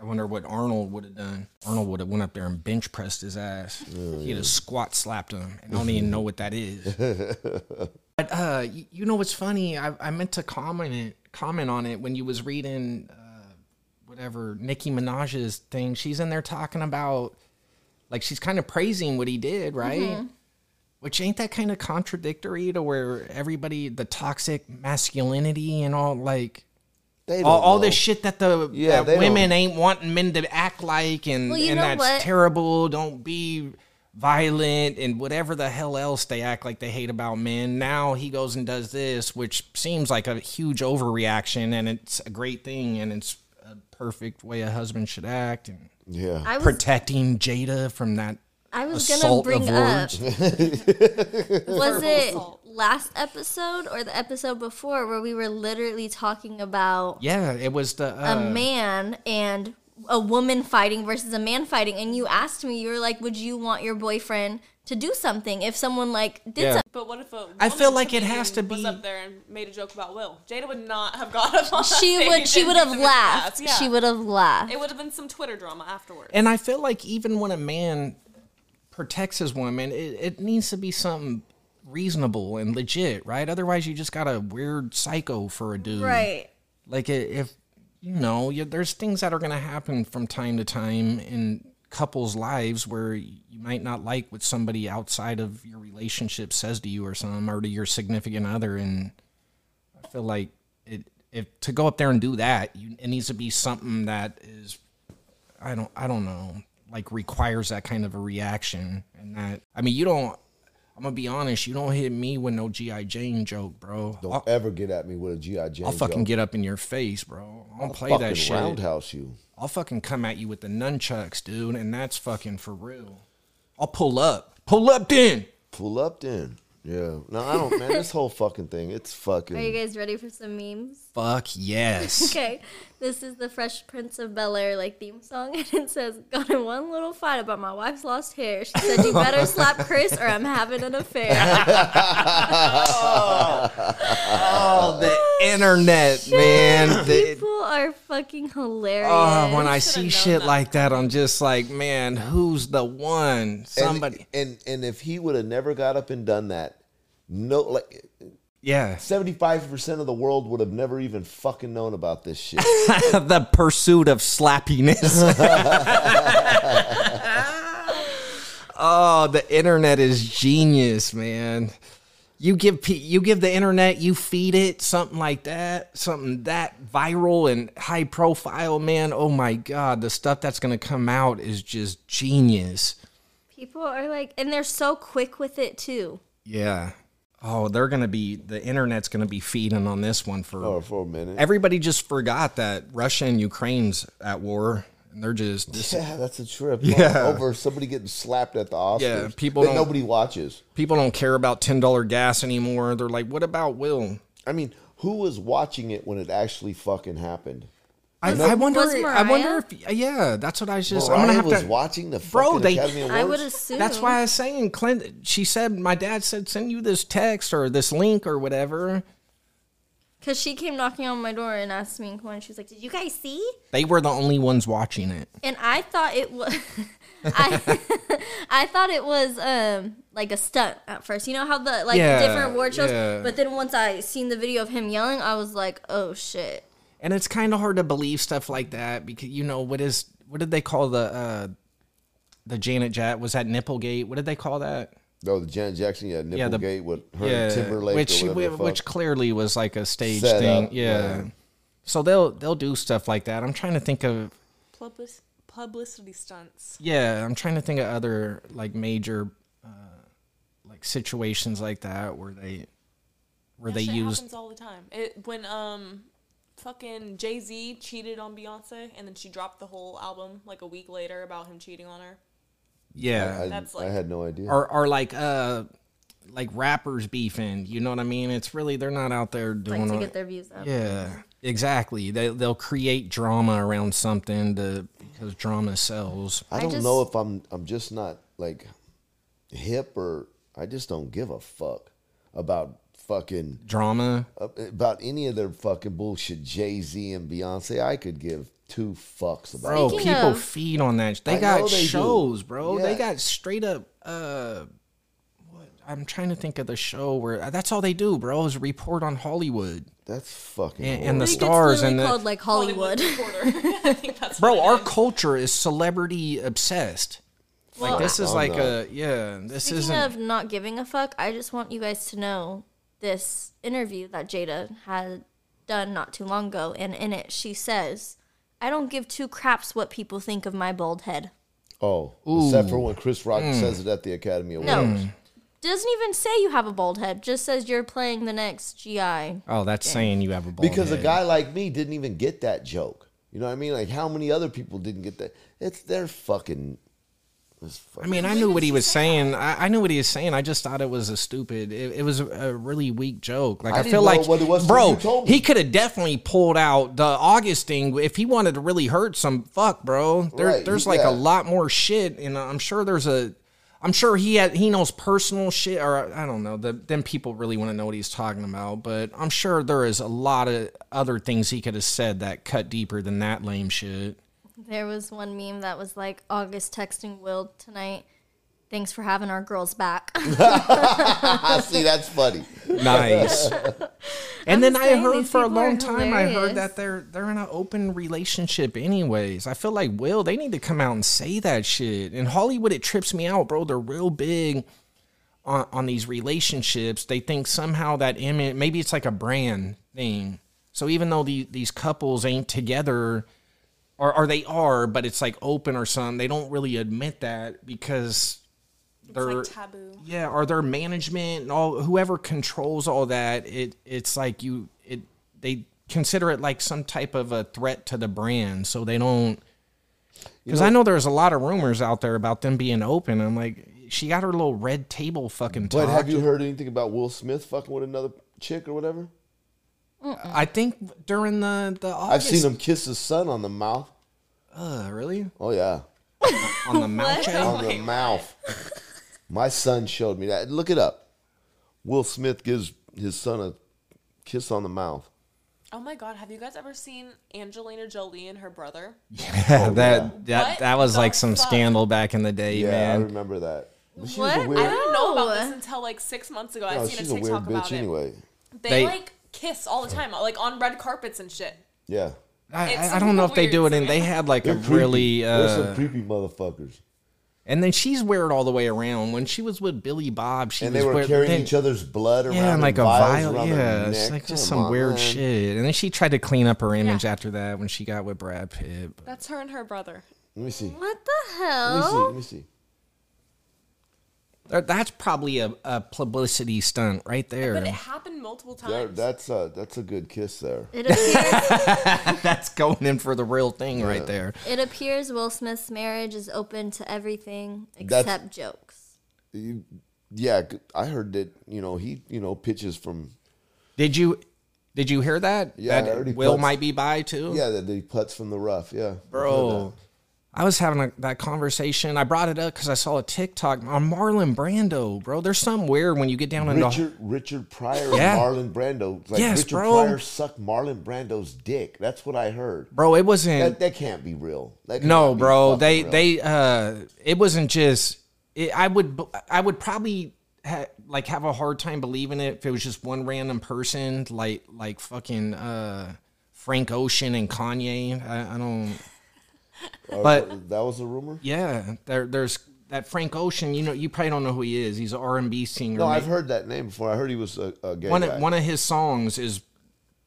S1: I wonder what Arnold would have done. Arnold would have went up there and bench pressed his ass. He'd have squat slapped him. I don't even know what that is. but uh, y- you know what's funny? I, I meant to comment it, comment on it when you was reading uh, whatever Nicki Minaj's thing. She's in there talking about like she's kind of praising what he did, right? Which ain't that kind of contradictory to where everybody the toxic masculinity and all like
S3: They
S1: all,
S3: don't
S1: all
S3: know.
S1: this shit that the
S3: Yeah,
S1: that
S3: they
S1: women
S3: don't-
S1: ain't wanting men to act like and,
S2: Well, you
S1: and
S2: know
S1: that's
S2: what?
S1: terrible don't be violent and whatever the hell else they act like they hate about men now he goes and does this which seems like a huge overreaction and it's a great thing and it's a perfect way a husband should act and
S3: Yeah.
S2: I was
S1: protecting jada from that
S2: I was gonna
S1: assault
S2: bring
S1: of
S2: up.
S1: words.
S2: was it
S4: assault.
S2: last episode or the episode before where we were literally talking about
S1: yeah it was the
S2: a
S1: uh,
S2: man and a woman fighting versus a man fighting and you asked me you were like would you want your boyfriend to do something if someone like did
S1: Yeah.
S4: But what if a
S1: I feel
S4: woman
S1: like it has
S4: comedian
S1: to
S4: was
S1: be-
S4: up there and made a joke about Will. Jada would not have got up on
S2: something she [LAUGHS]
S4: stage
S2: would she
S4: and
S2: would have
S4: beat him in the
S2: laughed
S4: ass. Yeah.
S2: she would have laughed
S4: It would have been some Twitter drama afterwards.
S1: And I feel like even when a man protects his woman, it, it needs to be something reasonable and legit, right? Otherwise, you just got a weird psycho for a dude.
S2: right
S1: Like, i- if, you know, you, there's things that are going to happen from time to time in couples' lives where you might not like what somebody outside of your relationship says to you or something, or to your significant other. And I feel like it, if to go up there and do that, you, it needs to be something that is I don't I don't know like requires that kind of a reaction and that I mean you don't I'm gonna be honest you don't hit me with no GI Jane joke bro
S3: don't
S1: I'll,
S3: ever get at me with a GI Jane.
S1: I'll fucking
S3: joke.
S1: get up in your face bro I don't play
S3: fucking
S1: that shit
S3: roundhouse you.
S1: I'll fucking come at you with the nunchucks dude and that's fucking for real I'll pull up pull up then
S3: Pull up then. Yeah. No, I don't, man. This whole fucking thing, it's fucking.
S2: are you guys ready for some memes
S1: fuck
S2: [LAUGHS]
S1: yes
S2: Okay, this is the Fresh Prince of Bel Air like theme song, [LAUGHS] and it says, "Got in one little fight about my wife's lost hair. She said you
S1: [LAUGHS]
S2: better slap Chris or I'm having an affair."
S1: oh the internet [LAUGHS]
S2: [LAUGHS]
S1: man The-
S2: People are fucking hilarious.
S1: Oh, when I
S4: should've
S1: see
S4: known
S1: shit
S4: that.
S1: like that, I'm just like, man, who's the one?
S3: And-
S1: Somebody.
S3: And, and if he would have never got up and done that, no, like
S1: yeah.
S3: seventy five percent of the world would have never even fucking known about
S1: [LAUGHS]
S3: this shit.
S1: [LAUGHS] the pursuit of slappiness. [LAUGHS] oh, the internet is genius, man. You give pe- you give the internet, you feed it something like that, something that viral and high profile, man. Oh my god, the stuff that's gonna come out is just genius.
S2: People are like, and they're so quick with it too.
S1: Yeah. Oh, they're gonna be the internet's gonna be feeding on this one for
S3: or Oh, for a minute.
S1: everybody. Just forgot that Russia and Ukraine's at war, and they're just this
S3: [LAUGHS] yeah, that's a trip.
S1: Yeah.
S3: Over somebody getting slapped at the Oscars.
S1: Yeah, people
S3: that
S1: don't-
S3: nobody watches.
S1: people don't care about ten dollar gas anymore. They're like, what about Will?
S3: I mean, who was watching it when it actually fucking happened?
S1: I, I wonder.
S2: was
S1: I
S2: Mariah?
S1: wonder if yeah, that's what I was just.
S3: Mariah
S1: I'm gonna have
S3: was
S1: to.
S3: watching the
S1: Bro,
S3: fucking
S1: they-
S3: Academy Awards.
S2: I would assume
S1: That's why I was saying, Clint. She said, my dad said, send you this text or this link or whatever.
S2: because she came knocking on my door and asked me, "Come on." She's like, "Did you guys see?"
S1: They were the only ones watching it.
S2: and I thought it was [LAUGHS] I [LAUGHS] I thought it was um like a stunt at first. You know how the like
S1: Yeah,
S2: different award shows,
S1: yeah.
S2: but then once I seen the video of him yelling, I was like, "Oh shit."
S1: and it's kind of hard to believe stuff like that because you know what is what did they call the uh the Janet Jet was that Nipplegate? What did they call that?
S3: No, the Janet Jackson, yeah, Nipplegate
S1: Yeah, the-
S3: with her and Timberlake,
S1: which
S3: or whatever the
S1: wh- which
S3: fuck.
S1: clearly was like a stage
S3: Set
S1: thing.
S3: up,
S1: yeah.
S3: yeah.
S1: So they'll they'll do stuff like that. I'm trying to think of
S4: Publis- publicity stunts.
S1: yeah. I'm trying to think of other like major uh, like situations like that where they where
S4: That
S1: they
S4: shit
S1: use
S4: happens all the time. It when um fucking Jay Z cheated on Beyonce and then she dropped the whole album like a week later about him cheating on her.
S1: yeah
S3: I,
S4: That's
S3: I
S4: like-
S3: had no idea.
S1: or or like uh like rappers beefing. You know what I mean? It's really they're not out there doing
S2: Like to
S1: all-
S2: get their views up.
S1: Yeah, exactly. They they'll create drama around something to because drama sells.
S3: I
S2: I
S3: don't
S2: just-
S3: know if I'm I'm just not like hip or I just don't give a fuck about fucking
S1: Drama.
S2: Uh,
S3: about any of their fucking bullshit. Jay Z and Beyonce, I could give two fucks about.
S1: Bro,
S2: Speaking
S1: people
S2: of-
S1: feed on that. They
S3: I know
S1: got
S3: they do.
S1: shows, bro. They
S3: Yeah.
S1: got straight up. uh what? I'm trying to think of the show where uh, that's all they do, bro, is report on Hollywood
S3: That's fucking.
S1: and, and the
S2: I think
S1: stars
S2: it's
S1: and
S2: literally
S1: the
S2: called like Hollywood.
S4: Reporter. [LAUGHS] I think that's
S1: bro.
S4: what it
S1: Our
S4: is.
S1: culture is celebrity obsessed.
S2: Well,
S1: like this is
S3: I'm
S1: like
S3: not.
S1: a yeah. This
S2: Speaking
S1: isn't.
S2: of not giving a fuck, I just want you guys to know this interview that Jada had done not too long ago, and in it she says, "I don't give two craps what people think of my bald head."
S3: horrible. oh, except for when Chris Rock
S1: Mm.
S3: says it at the Academy Awards.
S2: No, doesn't even say you have a bald head. Just says you're playing the next GI.
S1: oh, that's saying you have a bald
S3: because
S1: head.
S3: a guy like me didn't even get that joke. You know what I mean? Like how many other people didn't get that? It's their fucking. It's
S1: I
S3: fucking [LAUGHS]
S1: mean, I knew what he was saying. I, I knew what he was saying. I just thought it was a stupid. It, it was a really weak joke. Like I,
S3: I didn't
S1: feel
S3: know
S1: like,
S3: what it was till
S1: bro,
S3: you told me.
S1: he could have definitely pulled out the August thing if he wanted to really hurt some. Fuck, bro. There,
S3: Right,
S1: there's
S3: he-
S1: like
S3: yeah.
S1: a lot more shit, and I'm sure there's a. I'm sure he had he knows personal shit, or I don't know. The, then people really want to know what he's talking about, but I'm sure there is a lot of other things he could have said that cut deeper than that lame shit.
S2: There was one meme that was like August texting Will tonight. Thanks for having our girls back. [LAUGHS]
S3: I see.
S1: [LAUGHS]
S3: That's funny.
S2: [LAUGHS]
S1: Nice. and then I
S2: saying,
S1: heard
S2: these
S1: for a
S2: people are
S1: long time I heard
S2: hilarious.
S1: that they're they're in an open relationship anyways. I feel like Will, they need to come out and say that shit. In Hollywood it trips me out, bro. They're real big on, on these relationships. They think somehow that image maybe it's like a brand thing. So even though the, these couples ain't together or, or they are, but it's like open or something, they don't really admit that because they're
S4: It's like taboo.
S1: yeah are their management and all whoever controls all that it it's like you it they consider it like some type of a threat to the brand so they don't because i know there's a lot of rumors out there about them being open i'm like she got her little red table fucking
S3: But
S1: talk.
S3: have you heard anything about Will Smith fucking with another chick or whatever?
S1: i think during the the
S3: I've
S1: August,
S3: seen him kiss his son on the mouth.
S1: uh,
S4: [LAUGHS]
S1: really
S3: Oh yeah,
S1: on the Oh, mouth [LAUGHS]
S4: Oh
S1: chat?
S3: on the mouth. My son showed me that. Look it up. Will Smith gives his son a kiss on the mouth.
S4: Oh my god, have you guys ever seen Angelina Jolie and her brother?
S1: yeah that that
S4: What
S1: that was
S4: the
S1: like some
S4: fuck?
S1: scandal back in the day
S3: Yeah, I
S1: man
S3: remember that. But She was
S2: What?
S3: a weird.
S4: I didn't know about
S2: No.
S4: this until like six months ago. I
S3: no,
S4: seen a
S3: she's a
S4: TikTok
S3: weird
S4: about
S3: bitch
S4: it.
S3: anyway.
S4: They,
S1: They-
S4: like kiss all the time, like on red carpets and shit.
S3: Yeah.
S1: I,
S4: It's
S1: I, I don't know if they
S4: weird
S1: do it
S4: to
S1: and
S4: me.
S1: they had like a
S3: They're creepy.
S1: really uh,
S3: They're some creepy motherfuckers.
S1: And then she's weird all the way around. When she was with Billy Bob, she
S3: And
S1: was
S3: they were
S1: weird-
S3: carrying
S1: then-
S3: each other's blood around.
S1: yeah, and
S3: in
S1: like a
S3: vials
S1: vial,
S3: around their
S1: yeah, it's
S3: neck.
S1: like
S3: Come
S1: just some
S3: on,
S1: weird
S3: man.
S1: shit. And then she tried to clean up her image after that when she got with Brad Pitt. But
S4: That's her and her brother.
S3: Let me see.
S2: what the
S3: Let me see.
S2: hell?
S3: Let me see.
S1: that- that's probably a, a publicity stunt right
S4: But
S1: there.
S4: it happened multiple
S3: There-
S4: times.
S3: that's a that's a good kiss there.
S2: It appears
S1: That's going in for the real thing right there.
S2: It appears Will Smith's marriage is open to everything
S3: That's-
S2: except jokes.
S3: You- yeah, g- I heard that. You know he you know pitches from
S1: Did you did you hear that?
S3: Yeah, I
S1: that
S3: already
S1: Will
S3: puts-
S1: might be by too.
S3: yeah that he puts from the rough. Yeah, I've heard
S1: bro.
S3: that.
S1: I was having a, that conversation. I brought it up because I saw a TikTok on Marlon Brando, bro. There's something weird when you get down into
S3: Richard Richard Pryor
S1: Yeah.
S3: and Marlon Brando. Like
S1: Yes,
S3: Richard
S1: bro.
S3: Pryor sucked Marlon Brando's dick. That's what I heard.
S1: bro. It wasn't
S3: That, that can't be real. That
S1: no
S3: cannot be
S1: bro
S3: fucking
S1: they
S3: real.
S1: they uh it wasn't just it, i would b- i would probably ha, like have a hard time believing it if it was just one random person like like fucking uh frank ocean and kanye i, I don't
S3: Or-
S1: but-
S3: that was a rumor.
S1: yeah there there's that frank ocean you know you probably don't know who he is he's an r&b singer
S3: No,
S1: Ma-
S3: I've heard that name before. I heard he was a, a gay
S1: one
S3: guy.
S1: of, one of his songs is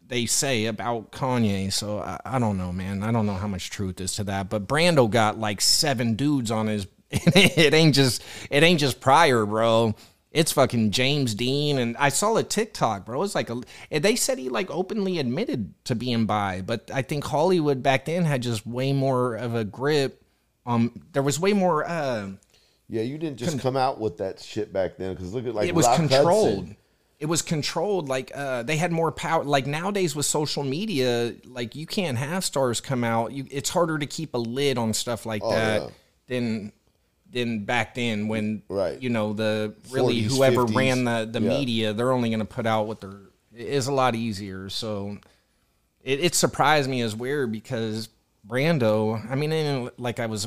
S1: they say about Kanye. So I, I don't know, man. I don't know how much truth is to that. But Brando got like seven dudes on his. [LAUGHS] it ain't just it ain't just Pryor, bro. It's fucking James Dean, and I saw a TikTok, bro. It's like a, and they said he like openly admitted to being bi, but I think Hollywood back then had just way more of a grip. Um, there was way more. Uh,
S3: Yeah, you didn't just come out with that shit back then because look at like
S1: it was
S3: Rock Hudson.
S1: controlled. it was controlled like uh, they had more power like nowadays with social media like you can't have stars come out you, it's harder to keep a lid on stuff like that
S3: Oh, yeah.
S1: than than back then when
S3: Right.
S1: you know the really
S3: 40s,
S1: whoever
S3: 50s.
S1: ran the, the
S3: Yeah.
S1: media they're only going to put out what they're it is a lot easier so it, it surprised me as weird because Brando, I mean, and like I was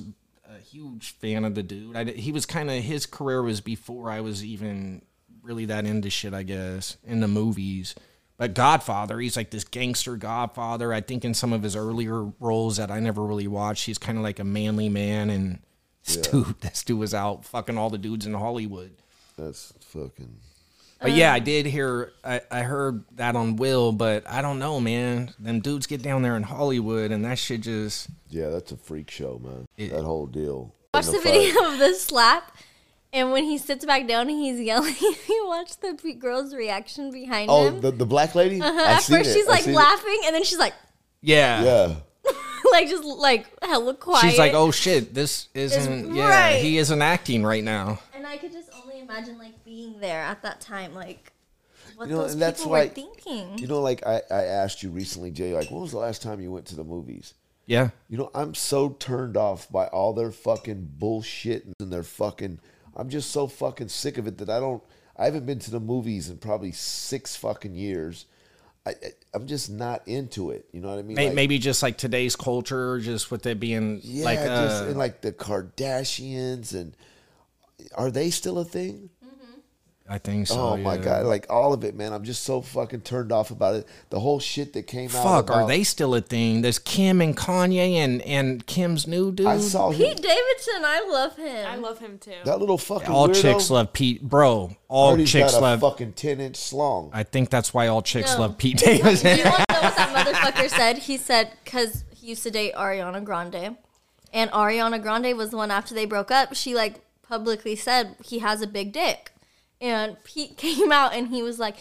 S1: a huge fan of the dude. I, di- he was kind of his career was before I was even really that into shit, I guess, in the movies. But Godfather, he's like this gangster Godfather. I think in some of his earlier roles that I never really watched, he's kind of like a manly man. And [LAUGHS] this dude, this dude was out fucking all the dudes in Hollywood.
S3: That's fucking.
S1: But yeah, I
S2: Um,
S1: did hear I, I heard that on Will, but I don't know, man. Them dudes get down there in Hollywood and that shit just
S3: Yeah, that's a freak show, man. that whole deal.
S2: Watch
S3: In
S2: the
S3: fight.
S2: video of the slap, and when he sits back down and he's yelling, [LAUGHS] you watch the pe- girl's reaction behind
S3: Oh,
S2: him. Uh-huh.
S3: the, the black lady. I
S2: At
S3: seen
S2: first,
S3: it.
S2: she's
S3: I
S2: like
S3: seen it.
S2: laughing, and then she's like, [LAUGHS]
S1: Yeah.
S3: Yeah,
S2: like just like hella quiet.
S1: She's like, Oh shit, this isn't yeah,
S2: right.
S1: he isn't acting right now.
S2: And I could just only imagine like being there at that time, like what
S3: You know,
S2: those
S3: and that's
S2: people were
S3: like-
S2: thinking.
S3: you know, like I, I asked you recently, Jay. Like, when was the last time you went to the movies?
S1: Yeah.
S3: You know, I'm so turned off by all their fucking bullshit and their fucking. I'm just so fucking sick of it that I don't. I haven't been to the movies in probably six fucking years. I, I I'm just not into it. You know what I mean?
S1: May-
S3: Like-
S1: Maybe just like today's culture, just with it being
S3: Yeah,
S1: like uh,
S3: just and like the Kardashians and are they still a thing?
S1: I think so.
S3: oh my
S1: yeah.
S3: god, like all of it, man. I'm just so fucking turned off about it. The whole shit that came out.
S1: Fuck, are
S3: about-
S1: they still a thing? There's Kim and Kanye and, and Kim's new dude.
S3: I saw him,
S2: Pete Davidson, I love him.
S4: I love him too.
S3: that little fucking
S1: all
S3: weirdo
S1: chicks love Pete, bro. All
S3: already
S1: chicks
S3: got a
S1: love.
S3: fucking ten inch slong.
S1: I think that's why all chicks
S2: No.
S1: love Pete Davidson.
S2: you want to know what that motherfucker said? He said because he used to date Ariana Grande, and Ariana Grande was the one after they broke up. She like publicly said he has a big dick, and Pete came out and he [LAUGHS] was like,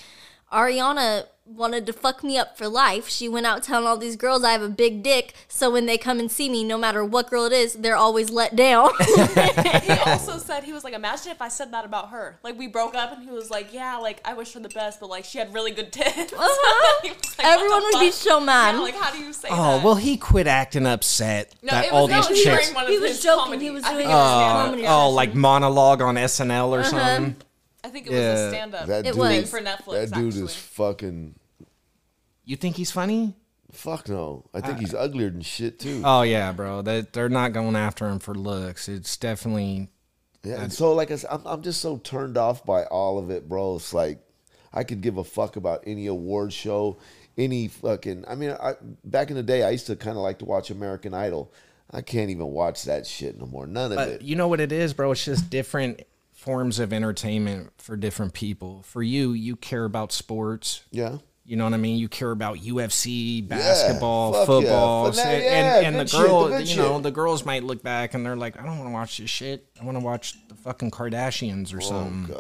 S2: Ariana wanted to fuck me up for life. She went out telling all these girls I have a big dick, so when they come and see me, no matter what girl it is, they're always let down.
S4: [LAUGHS] He
S2: [LAUGHS]
S4: also said he was like, imagine if I said that about her. Like we broke up, and he was like, yeah, like I wish her the best, but like she had really good tits. [LAUGHS]
S2: Uh-huh.
S4: He was like,
S2: Everyone
S4: "What the
S2: would be
S4: fuck?"
S2: so mad.
S4: Yeah, like how do you say
S1: Oh
S4: that?
S1: well, he quit acting upset
S4: No,
S1: that
S4: it
S1: all these
S4: was, no, he was
S1: chicks.
S4: during one of
S2: He was
S4: his
S2: joking.
S4: comedy.
S2: He was
S4: I think
S2: doing
S4: it was a
S1: Uh,
S4: stand-up.
S1: oh, like monologue on SNL or
S2: [LAUGHS]
S4: Uh-huh.
S1: something.
S4: I
S2: Oh.
S4: think it was
S1: yeah.
S4: a stand-up.
S3: that
S2: It
S3: dude,
S2: was.
S4: for Netflix,
S3: That dude
S4: actually.
S3: is fucking.
S1: You think he's funny?
S3: Fuck no. I Uh, think he's uglier than shit too.
S1: Oh yeah, bro. That they're not going after him for looks. It's definitely
S3: Yeah, and so like I said, I'm, I'm just so turned off by all of it, bro. It's like I could give a fuck about any award show, any fucking. I mean, I, back in the day, I used to kind of like to watch American Idol. I can't even watch that shit no more. None of it.
S1: you know what it is, bro. It's just different forms of entertainment for different people. For you, you care about sports.
S3: Yeah.
S1: You know what I mean? You care about UFC, basketball,
S3: fuck yeah.
S1: football,
S3: But now-
S1: and,
S3: yeah,
S1: and,
S3: good
S1: the
S3: shit,
S1: girl,
S3: the good
S1: you know,
S3: shit.
S1: the girls might look back and they're like, I don't want to watch this shit. I want to watch the fucking Kardashians or something.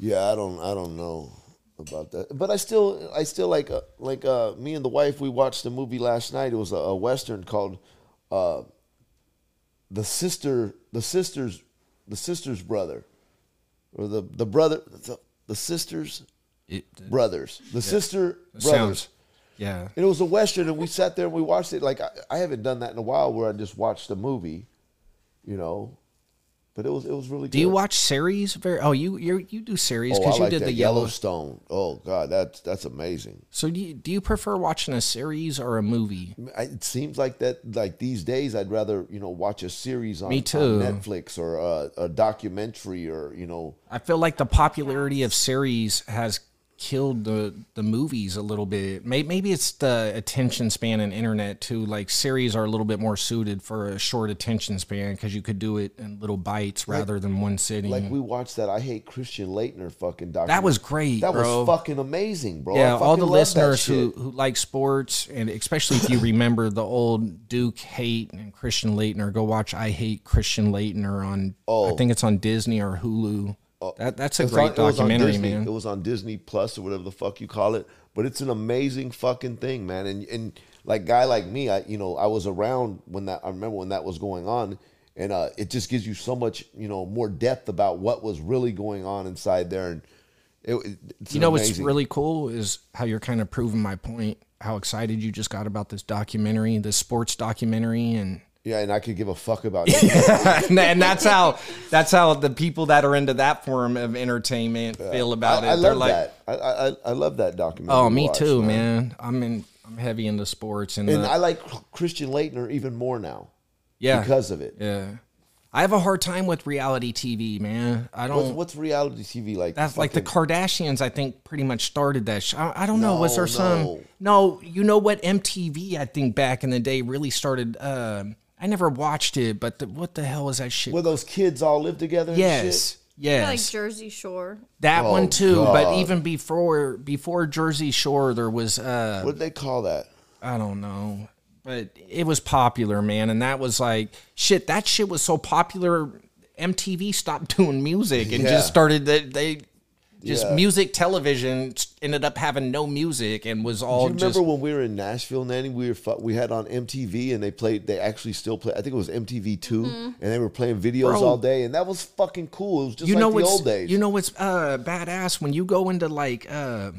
S3: Yeah, I don't. I don't know about that. But I still, I still like uh, like uh, me and the wife. We watched a movie last night. It was a, a western called uh, the sister, the sisters, the sister's brother, or the the brother, the, the sisters
S1: It- uh,
S3: brothers, the sister brothers.
S1: sounds- yeah.
S3: And it was a western, and we sat there and we watched it. Like I, I haven't done that in a while, where I just watched a movie, you know. But it was it was really.
S1: Do
S3: good.
S1: you watch series? Very. Oh, you you you do series
S3: Oh,
S1: because
S3: I
S1: you
S3: like
S1: did
S3: that
S1: the yellow.
S3: Yellowstone. Oh God, that's that's amazing.
S1: So do you, do you prefer watching a series or a movie?
S3: I, it seems like that. Like these days, I'd rather you know watch a series on,
S1: Me
S3: on
S1: too.
S3: Netflix or a, a documentary or you know
S1: I feel like the popularity of series has killed the the movies a little bit. May- Maybe it's the attention span and internet too. Like series are a little bit more suited for a short attention span because you could do it in little bites rather than one sitting.
S3: like we watched that. I hate Christian Leitner fucking documentary.
S1: Mm-hmm. That was great,
S3: That
S1: bro.
S3: was fucking amazing, bro. Oh, I
S1: yeah, all
S3: fucking
S1: the
S3: love that
S1: listeners who,
S3: shit.
S1: who like sports, and especially if you remember the old Duke Hate and Christian Leitner, go watch I Hate Christian Leitner on, I think it's on Disney or Hulu. that, that's a
S3: Oh. It's
S1: great
S3: on- it was on
S1: documentary,
S3: Disney-
S1: man.
S3: It was on Disney Plus or whatever the fuck you call it. But it's an amazing fucking thing, man. And and like guy like me, I you know I was around when that. I remember when that was going on, and uh, it just gives you so much you know more depth about what was really going on inside there. And It, it's
S1: you know what's
S3: amazing.
S1: really cool is how you're kind of proving my point. How excited you just got about this documentary, this sports documentary, and [LAUGHS]
S3: yeah, and I could give a fuck about it.
S1: and that's how that's how the people that are into that form of entertainment feel about
S3: I,
S1: it.
S3: I
S1: They're
S3: love
S1: like,
S3: that. I, I I love that documentary.
S1: "Oh, me
S3: watch,
S1: too, man. I'm in. I'm heavy into sports, and,
S3: And
S1: the-
S3: I like Christian Leitner even more now
S1: yeah,
S3: because of it.
S1: yeah. I have a hard time with reality TV, man. I don't.
S3: What's, what's reality TV like?
S1: That's like the
S3: Fucking-
S1: Kardashians, I think, pretty much started that. Sh- I, I don't know. Was
S3: No,
S1: there some?
S3: no.
S1: No, you know what? MTV, I think, back in the day, really started. um I never watched it, but the, what the hell was that shit?
S3: where those kids all live together. and
S1: yes,
S2: Like
S1: yes,
S2: Jersey Shore.
S1: that one too. But
S3: Oh, God.
S1: even before before Jersey Shore, there was uh
S3: shit? What do they call that?
S1: I don't know, but it was popular, man, and that was like shit. That shit was so popular. MTV stopped [LAUGHS] doing music and
S3: Yeah.
S1: just started that they just
S3: Yeah.
S1: music television ended up having no music and was
S3: Do you
S1: all
S3: remember
S1: just
S3: when we were in Nashville, Nanny? We were fu- we had on MTV and they played. They actually still play. I think it was MTV 2
S4: Mm-hmm.
S3: and they were playing videos
S1: Bro.
S3: all day, and that was fucking cool. It was just
S1: you
S3: like
S1: know
S3: the
S1: what's
S3: old days.
S1: you know what's uh badass when you go into like uh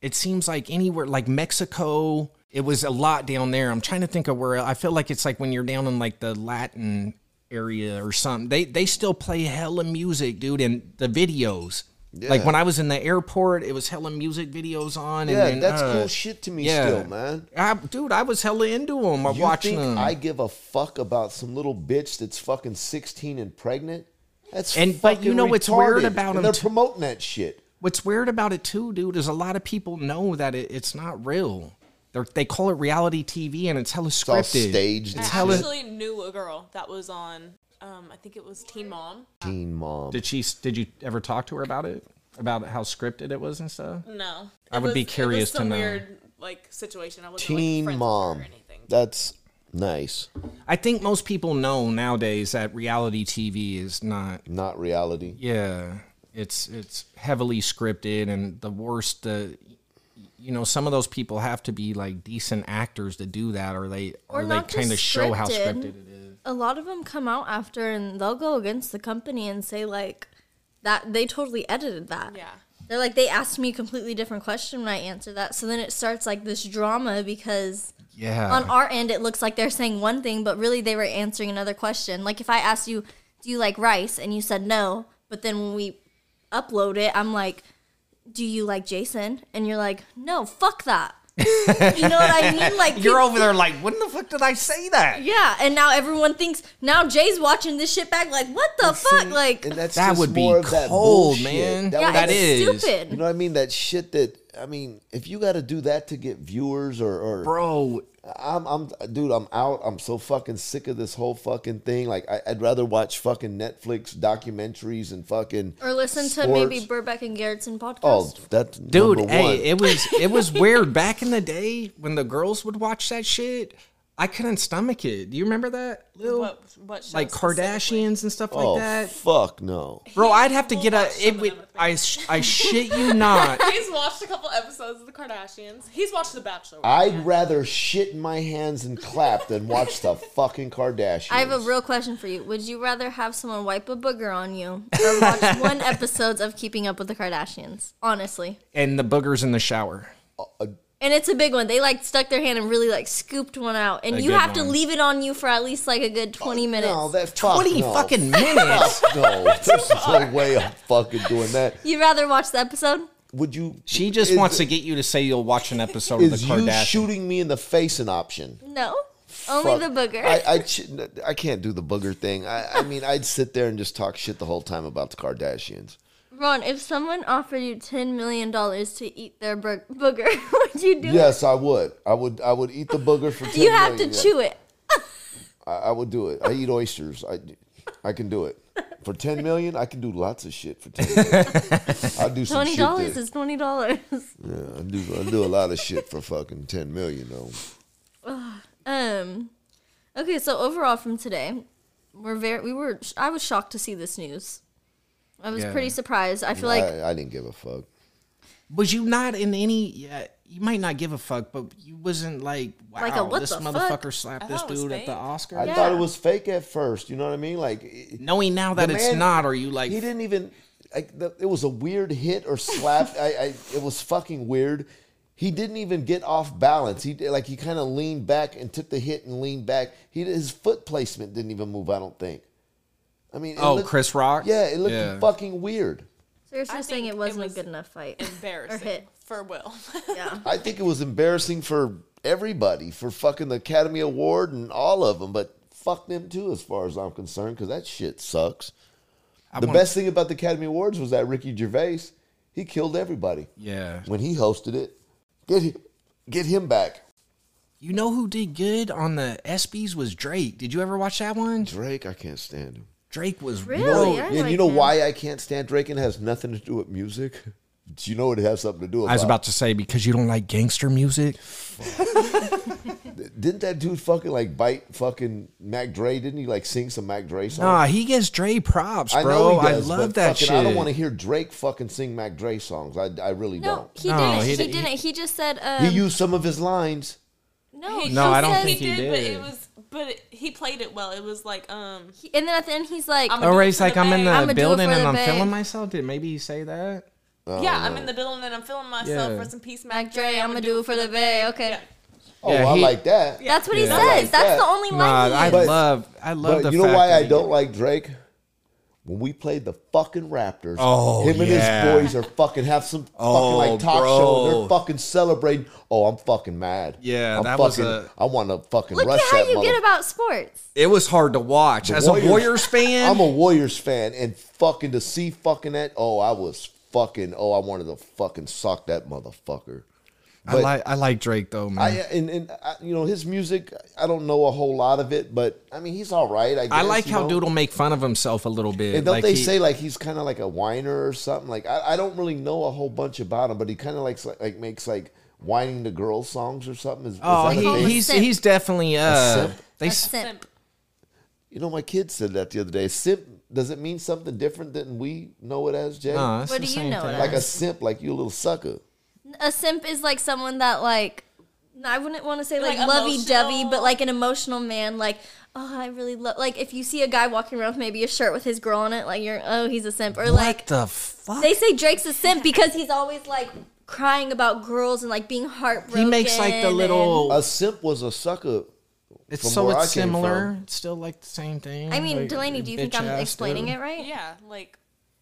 S1: it seems like anywhere like Mexico it was a lot down there I'm trying to think of where I feel like it's like when you're down in like the Latin area or something they they still play hella music dude and the videos like
S3: Yeah.
S1: when I was in the airport it was hella music videos on
S3: yeah,
S1: and then,
S3: that's
S1: uh,
S3: cool shit to me
S1: yeah.
S3: still, man.
S1: I, dude I was hella into them I'm
S3: You
S1: watching
S3: think
S1: them
S3: I give a fuck about some little bitch that's fucking sixteen and pregnant? That's
S1: And- but you
S3: fucking
S1: know what's weird
S3: retarded.
S1: about
S3: And
S1: 'em
S3: They're
S1: too-
S3: promoting that shit.
S1: What's weird about it too, dude, is a lot of people know that it, it's not real. They're, they call it reality TV, and it's hella
S3: It's all
S1: scripted.
S3: staged.
S4: I
S3: and
S1: hella-
S3: shit.
S4: actually knew a girl that was on. Um, I think it was Teen Mom.
S3: Teen mom.
S1: Did she? Did you ever talk to her about it? About how scripted it was and stuff?
S4: No,
S1: I
S4: It
S1: would be
S4: it
S1: curious to
S4: some
S1: know.
S4: Weird like situation. I wasn't
S3: Teen
S4: like, friends with her
S3: mom.
S4: or anything.
S3: That's nice.
S1: I think most people know nowadays that reality TV is not.
S3: Not reality.
S1: Yeah, it's it's heavily scripted, and the worst. The you know, some of those people have to be like decent actors to do that, or they or,
S2: Or
S1: they
S2: not just
S1: kind of show how
S2: scripted.
S1: scripted it is.
S2: A lot of them come out after and they'll go against the company and say like that they totally edited that.
S4: Yeah.
S2: They're like they asked me a completely different question when I answered that. So then it starts like this drama because
S1: Yeah,
S2: on our end it looks like they're saying one thing but really they were answering another question. Like if I asked you, "Do you like rice?" and you said no, but then when we upload it, I'm like, "Do you like Jason?" and you're like, "No, fuck that." [LAUGHS] you know what I mean? Like
S1: you're
S2: people-
S1: over there like, when the fuck did I say that?
S2: yeah, and now everyone thinks now Jay's watching this shit back. Like, what the fuck? Like,
S3: And that's
S1: That
S3: just
S1: would be
S3: more of that
S1: cold,
S3: bullshit.
S1: man.
S3: That
S2: yeah,
S3: would-
S1: that
S2: it's
S1: is-
S2: stupid.
S3: you know what I mean? That shit that I mean, if you got to do that to get viewers or, or
S1: bro
S3: I'm, I'm, dude, I'm out. I'm so fucking sick of this whole fucking thing. Like, I, I'd rather watch fucking Netflix documentaries and fucking
S2: or listen to
S3: sports.
S2: maybe Burbeck and Garrettson podcast.
S3: Oh, that's
S1: dude
S3: number
S1: hey
S3: one.
S1: it was it was
S3: [LAUGHS]
S1: weird back in the day when the girls would watch that shit i couldn't stomach it do you remember that Lil?
S4: What? What? show
S1: like
S4: specifically?
S1: kardashians and stuff
S3: oh
S1: like that
S3: fuck no!
S1: bro i'd have to get a
S4: watch
S1: it
S4: some of
S1: would
S4: them, I
S1: i sh- i shit you not
S4: He's watched a couple episodes of the Kardashians. He's watched The Bachelor.
S3: I'd rather shit in my hands and clap than watch
S2: [LAUGHS]
S3: the fucking Kardashians.
S2: I have a real question for you. Would you rather have someone wipe a booger on you or [LAUGHS] watch one episode of Keeping Up with the Kardashians? Honestly.
S1: and the boogers in the shower
S3: Oh, uh,
S2: And it's a big one. They like stuck their hand and really like scooped one out. And
S1: A
S2: you
S1: good
S2: have to
S1: one.
S2: leave it on you for at least like a good 20 minutes.
S3: Oh, No, that fuck
S1: 20
S3: no.
S1: fucking minutes [LAUGHS]
S3: No, there's no way I'm fucking doing that.
S2: You'd rather watch the episode?
S3: Would you?
S1: she just
S3: is-
S1: wants to get you to say you'll watch an episode of the
S3: Is you
S1: kardashians
S3: shooting me in the face an option?
S2: No. Only
S3: Fuck.
S2: the booger.
S3: I, I, ch- I can't do the booger thing. I, I mean, I'd sit there and just talk shit the whole time about the Kardashians.
S2: Ron, if someone offered you ten million dollars to eat their bur- booger, [LAUGHS] would you do it?
S3: Yes, I would. I would. I would eat the
S2: [LAUGHS]
S3: booger for. 10
S2: You have to
S3: million, yeah.
S2: chew it.
S3: I, I would do it. I eat oysters. I, I can do it. For ten million, I can do lots of shit. For ten
S2: [LAUGHS]
S3: million, I do some
S2: Twenty
S3: shit.
S2: dollars
S3: that-
S2: is twenty dollars. [LAUGHS]
S3: yeah, I do. I do a lot of shit for fucking ten million though.
S2: Um, okay. So overall, from today, we're very we were I was shocked to see this news. I was
S1: Yeah.
S2: pretty surprised. I feel like
S3: I, I didn't give a fuck.
S1: was you not in any uh, you might not give a fuck but you wasn't like wow
S2: Like a what
S1: this
S2: the fuck?
S1: motherfucker slapped
S4: I
S1: this
S4: thought it was
S1: dude at the
S4: fake.
S1: oscar
S3: I thought it was fake at first. You know what I mean? Like it-
S1: knowing now that
S3: The
S1: it's
S3: man-
S1: not are you like
S3: he didn't even like the, it was a weird hit
S1: [LAUGHS]
S3: or slap. I, I it was fucking weird. He didn't even get off balance. He did- like he kind of leaned back and took the hit and leaned back. He his foot placement didn't even move. I don't think. I mean, it
S1: Oh,
S3: looked-
S1: Chris Rock?
S3: Yeah, it looked
S1: Yeah.
S3: fucking weird.
S2: So you're just saying
S4: think
S2: it
S4: it
S2: wasn't
S4: was
S2: a good enough fight. [LAUGHS]
S4: Embarrassing
S2: Or hit.
S4: for Will.
S2: [LAUGHS] Yeah.
S3: I think it was embarrassing for everybody for fucking the Academy Award and all of them, but fuck them too, as far as I'm concerned, because that shit sucks. the
S1: wanna-
S3: best thing about the Academy Awards was that Ricky Gervais, he killed everybody
S1: Yeah.
S3: when he hosted it. Get hi- get him back,
S1: You know who did good on the ESPYS was Drake. Did you ever watch that one?
S3: Drake. I can't stand him.
S1: Drake was
S2: Really?
S3: Oh,
S2: I
S3: yeah,
S2: like
S3: you know
S2: him.
S3: why I can't stand Drake? and It has nothing to do with music. [LAUGHS] Do you know what it has something to do? About?
S1: I was about to say because you don't like gangster music.
S3: Didn't that dude fucking like bite fucking Mac Dre? Didn't he like sing some Mac Dre song?
S1: Nah, he gets Dre props, bro. I,
S3: he does,
S1: love
S3: but
S1: that
S3: fucking,
S1: shit.
S3: I don't want to hear Drake fucking sing Mac Dre songs. I, I really
S2: No, he
S1: No,
S2: didn't.
S1: he
S2: He,
S1: didn't- he-
S2: didn't. He, just said.
S3: don't.
S2: Um,
S3: He used some of his lines.
S2: no.
S4: [LAUGHS] He-
S2: he
S1: No, I don't
S2: said-
S1: think he
S4: But
S1: did.
S4: it was, but it, he played it well. It was like, um,
S2: he- and then at the end, he's like,
S4: I'm a-
S1: Oh, Ray's like, I'm in the
S2: I'ma do it
S1: building
S2: for
S1: and
S2: the
S1: I'm
S2: bay.
S1: feeling myself. Did maybe he say that?
S4: yeah, I'm in the building and I'm feeling myself.
S1: Oh, Yeah.
S4: Rest in peace,
S2: Mac Dre, I'm gonna do it for the bay. Okay.
S4: Yeah.
S3: Oh,
S1: Yeah,
S3: I
S1: he-
S3: like that.
S2: That's what he
S1: Yeah.
S2: says.
S3: I like
S2: That's
S3: that.
S2: the only
S1: Nah,
S2: line. he
S1: I
S2: used.
S3: But-
S1: love, I love
S3: But
S1: the
S3: you know
S1: fact
S3: why
S1: that
S3: I
S1: he-
S3: don't like Drake? When we played the fucking Raptors,
S1: Oh,
S3: him and
S1: yeah.
S3: his boys are fucking have some
S1: [LAUGHS] Oh,
S3: fucking like talk show. And
S1: bro.
S3: they're fucking celebrating. Oh, I'm fucking mad.
S1: Yeah,
S3: I'm
S1: that was
S3: fucking,
S1: a-
S3: I want to fucking
S2: Look
S3: rush
S2: at how
S3: that
S2: you
S3: mother-
S2: get about sports.
S1: It was hard to watch as a Warriors fan.
S3: I'm a Warriors fan, and fucking to see fucking that. Oh, I was fucking. Oh, I wanted to fucking sock that motherfucker.
S1: I like, I like Drake though, man.
S3: I and and I, you know his music. I don't know a whole lot of it, but I mean he's all right. I, guess,
S1: I like
S3: you
S1: how
S3: know?
S1: Dude'll make fun of himself a little bit.
S3: And don't
S1: like
S3: they
S1: he-
S3: say like he's kind of like a whiner or something? Like I, I don't really know a whole bunch about him, but he kind of likes like, like makes like whining the girls songs or something. Is, is
S1: Oh,
S3: that
S1: he,
S3: a thing?
S1: he's
S2: Simp.
S1: he's definitely uh.
S3: simp?
S1: They s-
S2: Simp.
S3: you know my kid said that the other day. Simp does it mean something different than we know it as, Jay?
S1: Nah, it's
S2: What
S1: the
S2: do you
S1: same
S2: know
S1: thing.
S2: it
S3: Like a simp, like you little sucker.
S2: A simp is like someone that like. I wouldn't want to say like,
S4: Like,
S2: lovey dovey,
S4: emotional.
S2: but like an emotional man. Like, oh, I really love. Like, if you see a guy walking around with maybe a shirt with his girl on it, like you're, oh, he's a simp. Or like,
S1: what the fuck?
S2: they say Drake's a simp because he's always like crying about girls and like being heartbroken.
S1: he makes like the
S2: and-
S1: little.
S3: A simp was a sucker.
S1: it's
S3: from
S1: so
S3: where
S1: it's
S3: I came
S1: similar.
S3: from.
S1: It's still like the same thing.
S2: I mean,
S1: like,
S2: Delaney, do you think I'm
S1: bitch-ass
S2: explaining
S1: dude.
S2: it right?
S4: [LAUGHS] Yeah, like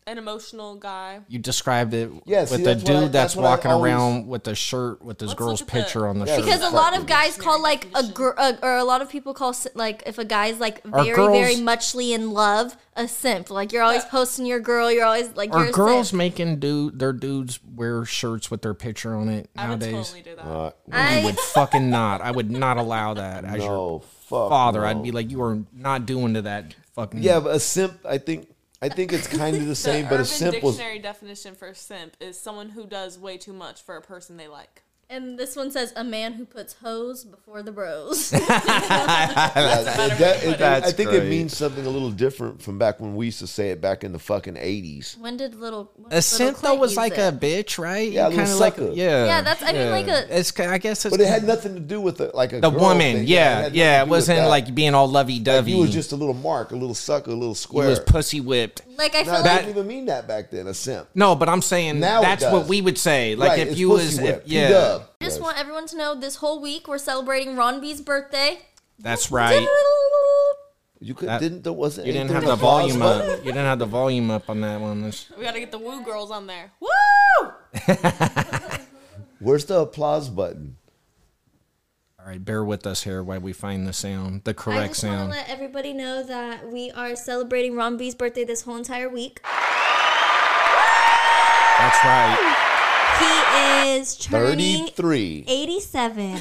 S4: an emotional guy.
S1: You described it
S3: Yeah, see,
S1: with the
S3: that's
S1: dude
S3: what I-
S1: that's,
S3: that's what I
S1: walking
S3: always-
S1: around with the shirt with his
S4: Let's
S1: girl's
S4: look at the-
S1: picture on the
S3: Yeah,
S1: shirt.
S2: Because a lot of
S3: Exactly.
S2: guys call like a girl, or a lot of people call si- like if a guy's like
S1: Are
S2: very,
S1: girls-
S2: very muchly in love, a simp. Like you're always posting your girl. You're always like
S1: Are
S2: you're a
S1: girls
S2: simp.
S1: making dude their dudes wear shirts with their picture on it
S4: I would
S1: nowadays? Uh,
S4: totally do that.
S1: I would fucking not. I would not allow that as your
S3: No, fuck.
S1: father.
S3: no.
S1: I'd be like, you are not doing to that fucking.
S3: yeah, but a simp. I think I think it's kind
S4: [LAUGHS]
S3: of the
S4: The
S3: same, but
S4: Urban
S3: a simp was
S4: Dictionary definition for simp is someone who does way too much for a person they like.
S2: And this one says a man who puts hoes before
S1: [LAUGHS]
S2: the bros. [LAUGHS]
S3: It- that- it-
S1: That's
S3: I think
S1: great.
S3: it means something a little different from back when we used to say it back in the fucking eighties.
S2: when did little when did
S1: A
S2: little
S1: simp though
S2: Clint
S1: was
S2: use
S1: like
S2: it?
S1: a bitch, right?
S3: Yeah, a
S1: You
S3: little
S1: kinda like
S3: sucker.
S1: yeah,
S2: Yeah, that's- I mean,
S1: yeah.
S2: like a-
S1: It's ki- I guess it's
S3: But it had nothing to do with the, like a
S1: the
S3: girl
S1: woman.
S3: thing.
S1: Yeah, yeah.
S3: had nothing to
S1: It
S3: do with
S1: wasn't
S3: that.
S1: like being all lovey dovey.
S3: you was just a little mark, a little sucker, a little
S1: you
S3: square.
S1: was pussy whipped.
S2: like I feel
S3: no,
S2: like
S3: that didn't even mean that back then. A simp.
S1: No, but I'm saying
S3: Now it
S1: that's what
S3: does.
S1: we would say. Like
S3: right,
S1: if
S3: it's
S1: you
S3: pussy
S1: was if,
S3: whip,
S1: yeah,
S3: P-dub.
S2: I just want everyone to know this whole week we're celebrating Ron B's birthday.
S1: that's right.
S3: You could
S1: That-
S3: didn't there wasn't
S1: You didn't
S3: anything
S1: have the
S3: with applause
S1: volume up.
S3: button?
S1: You didn't have the volume up on that one. That's-
S4: We gotta get the woo girls on there. Woo!
S3: Where's the applause button?
S1: All right, bear with us here while we find the sound, the
S2: I
S1: correct
S2: just want
S1: sound.
S2: to let everybody know that we are celebrating Ron B's birthday this whole entire week.
S1: That's right.
S2: He is turning
S3: Thirty-three.
S2: [LAUGHS] 87.